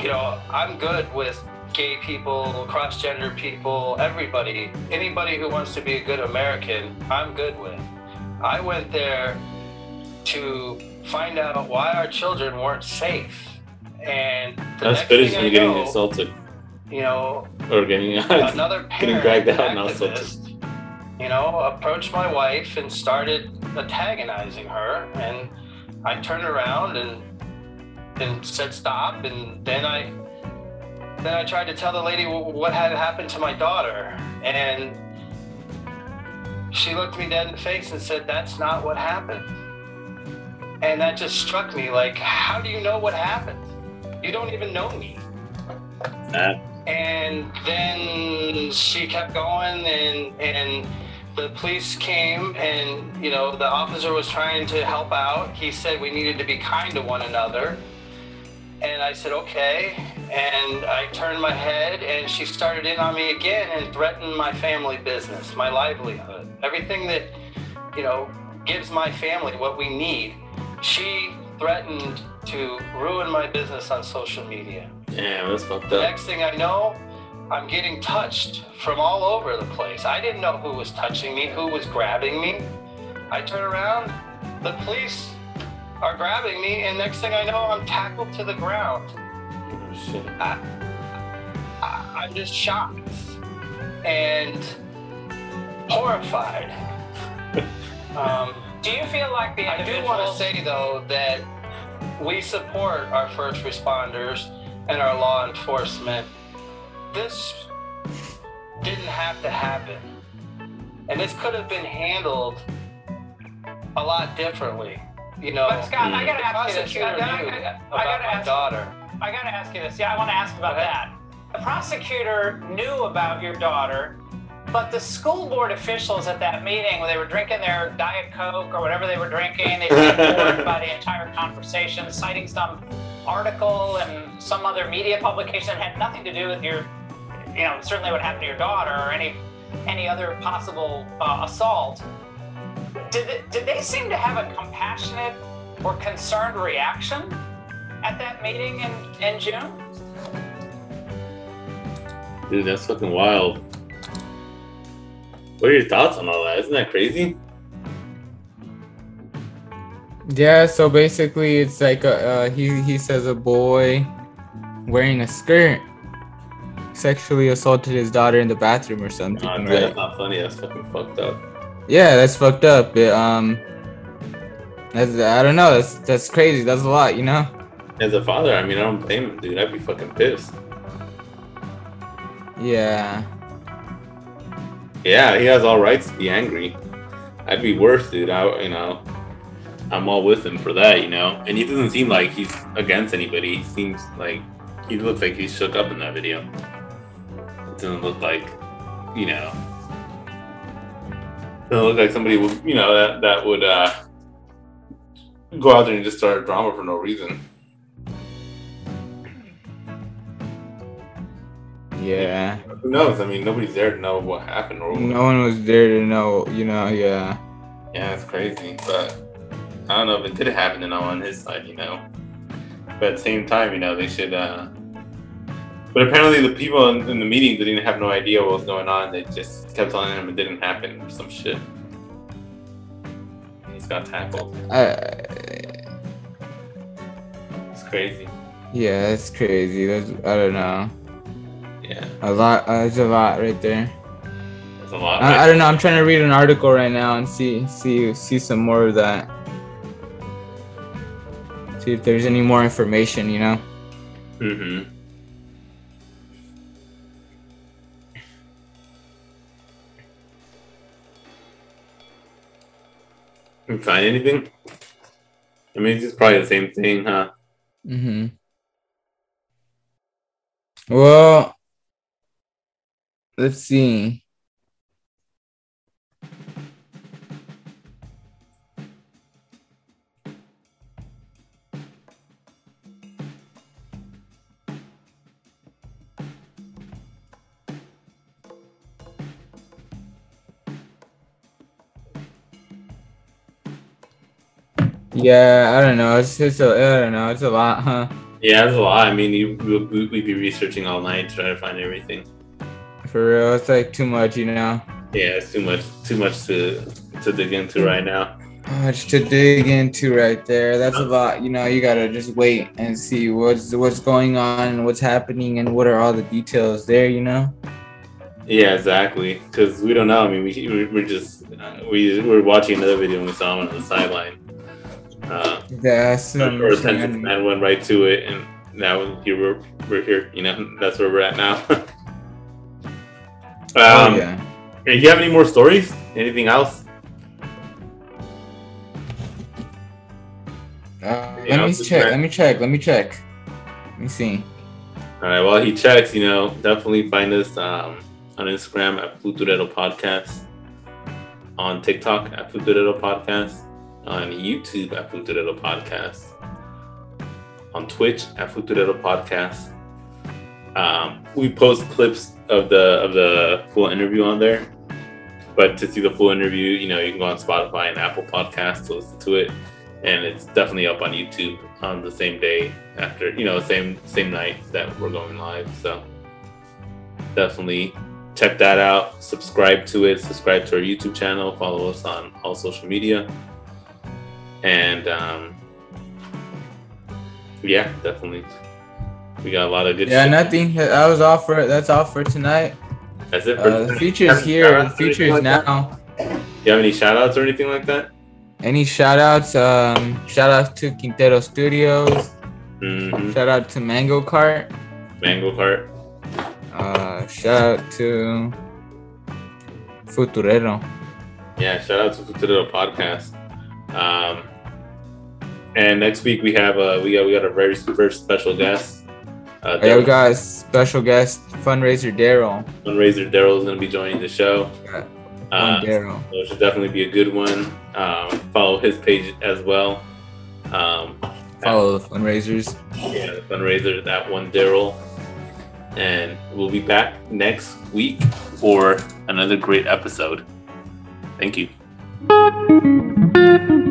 E: You know, I'm good with gay people, cross gender people, everybody, anybody who wants to be a good American. I'm good with. I went there to find out why our children weren't safe, and the
A: That's
E: next
A: better
E: thing
A: than
E: I
A: getting
E: know,
A: assaulted
E: You know,
A: or getting.
E: another
A: Getting
E: parent
A: dragged out and also-
E: activist, you know, approached my wife and started antagonizing her, and I turned around and and said stop, and then I then I tried to tell the lady wh- what had happened to my daughter, and she looked me dead in the face and said, "That's not what happened." And that just struck me like, how do you know what happened? You don't even know me.
A: Nah.
E: And then she kept going, and and the police came, and you know the officer was trying to help out. He said we needed to be kind to one another, and I said okay. And I turned my head, and she started in on me again and threatened my family business, my livelihood, everything that you know gives my family what we need. She threatened to ruin my business on social media.
A: Damn, that's fucked
E: The
A: up.
E: next thing I know, I'm getting touched from all over the place. I didn't know who was touching me, who was grabbing me. I turn around, the police are grabbing me, and next thing I know, I'm tackled to the ground.
A: Oh, shit.
E: I, I'm just shocked and horrified. Um,
D: Do you feel like the
E: I
D: individuals?
E: do want to say though that we support our first responders and our law enforcement. This didn't have to happen. And this could have been handled a lot differently. You know,
D: But Scott, I
E: the
D: gotta ask you this.
E: prosecutor
D: I,
E: knew
D: I- I- I-
E: about
D: I gotta
E: my
D: ask.
E: daughter.
D: I gotta ask you this. Yeah, I want to ask about
E: Go ahead.
D: that. The prosecutor knew about your daughter, but the school board officials at that meeting, when they were drinking their diet coke or whatever they were drinking, they seemed bored by the entire conversation, citing some article and some other media publication that had nothing to do with your, you know, certainly what happened to your daughter or any any other possible uh, assault. Did it, did they seem to have a compassionate or concerned reaction? at that meeting in, in June?
A: Dude, that's fucking wild. What are your thoughts on all that? Isn't that crazy?
B: Yeah, so basically, it's like a, uh, he he says a boy wearing a skirt sexually assaulted his daughter in the bathroom or something.
A: Nah, dude,
B: right?
A: That's not funny. That's fucking fucked up.
B: Yeah, that's fucked up. It, um, that's I don't know. That's that's crazy. That's a lot, you know.
A: As a father, I mean, I don't blame him, dude. I'd be fucking pissed.
B: Yeah.
A: Yeah, he has all rights to be angry. I'd be worse, dude. I, you know, I'm all with him for that, you know. And he doesn't seem like he's against anybody. He seems like he looks like he's shook up in that video. It doesn't look like, you know, doesn't look like somebody would, you know, that that would uh, go out there and just start drama for no reason.
B: Yeah.
A: Who knows? I mean, nobody's there to know what happened or
B: No one was there to know, you know, yeah.
A: Yeah, it's crazy, but I don't know if it did happen to know on his side, you know. But at the same time, you know, they should. uh But apparently, the people in, in the meeting didn't have no idea what was going on. They just kept telling him it didn't happen or some shit. And he's got tackled.
B: I,
A: It's crazy.
B: yeah, that's crazy. That's, I don't know.
A: Yeah,
B: A lot. Uh, it's a lot right there.
A: it's a lot.
B: I, I don't know. I'm trying to read an article right now and see see see some more of that. See if there's any more information. You know.
A: Mm-hmm. You find anything? I mean, it's just probably the same thing, huh?
B: Mm-hmm. Well, let's see. Yeah, I don't know. It's it's a I don't know. It's a lot, huh?
A: Yeah, that's a lot. I mean, you we- we- we'd be researching all night trying to find everything.
B: For real, it's like too much, you know.
A: Yeah, it's too much, too much to to dig into right now.
B: Too Much Oh, to dig into right there. That's a lot, you know. You gotta just wait and see what's what's going on and what's happening and what are all the details there, you know.
A: Yeah, exactly. Because we don't know. I mean, we we- we're just uh, we we're watching another video and we saw him on the sideline. Uh,
B: That's
A: Our
B: um,
A: attention span went right to it, and now here we're, we're here. You know, that's where we're at now. um,
B: oh, yeah.
A: Do you have any more stories? Anything else?
B: Uh,
A: yeah,
B: let me
A: this is
B: check.
A: right.
B: Let me check. Let me check. Let me see.
A: All right. While he checks, you know, definitely find us um, on Instagram at Futurero Podcast, on TikTok at Futurero Podcast, on YouTube at Futurero Podcast, on Twitch at Futurero Podcast. Um, we post clips of the of the full interview on there, but to see the full interview, you know, you can go on Spotify and Apple Podcasts to listen to it, and it's definitely up on YouTube on the same day after you know same same night that we're going live. So definitely check that out. Subscribe to it. Subscribe to our YouTube channel. Follow us on all social media, and um, yeah, definitely. We got a lot of good.
B: Yeah,
A: shit.
B: nothing. uh, That was all for. That's all for tonight.
A: That's it. For
B: Uh, the future is here. The future is now.
A: You have any shout outs or anything like that?
B: Any shout outs? Um, shout out to Quintero Studios.
A: hmm
B: Shout out to Mango Cart.
A: Mango cart.
B: Uh, shout out to Futurero.
A: Yeah, shout out to Futuro Podcast. Um, and next week we have uh we got we got a very first special guest. Uh,
B: Hey, we
A: Daryl
B: got a special guest fundraiser Daryl.
A: fundraiser Daryl is going to be joining the show.
B: Yeah.
A: Uh,
B: One Daryl.
A: so it should definitely be a good one. Um, follow his page as well. Um,
B: Follow the fundraisers.
A: yeah, the fundraiser that one Daryl. And we'll be back next week for another great episode. Thank you.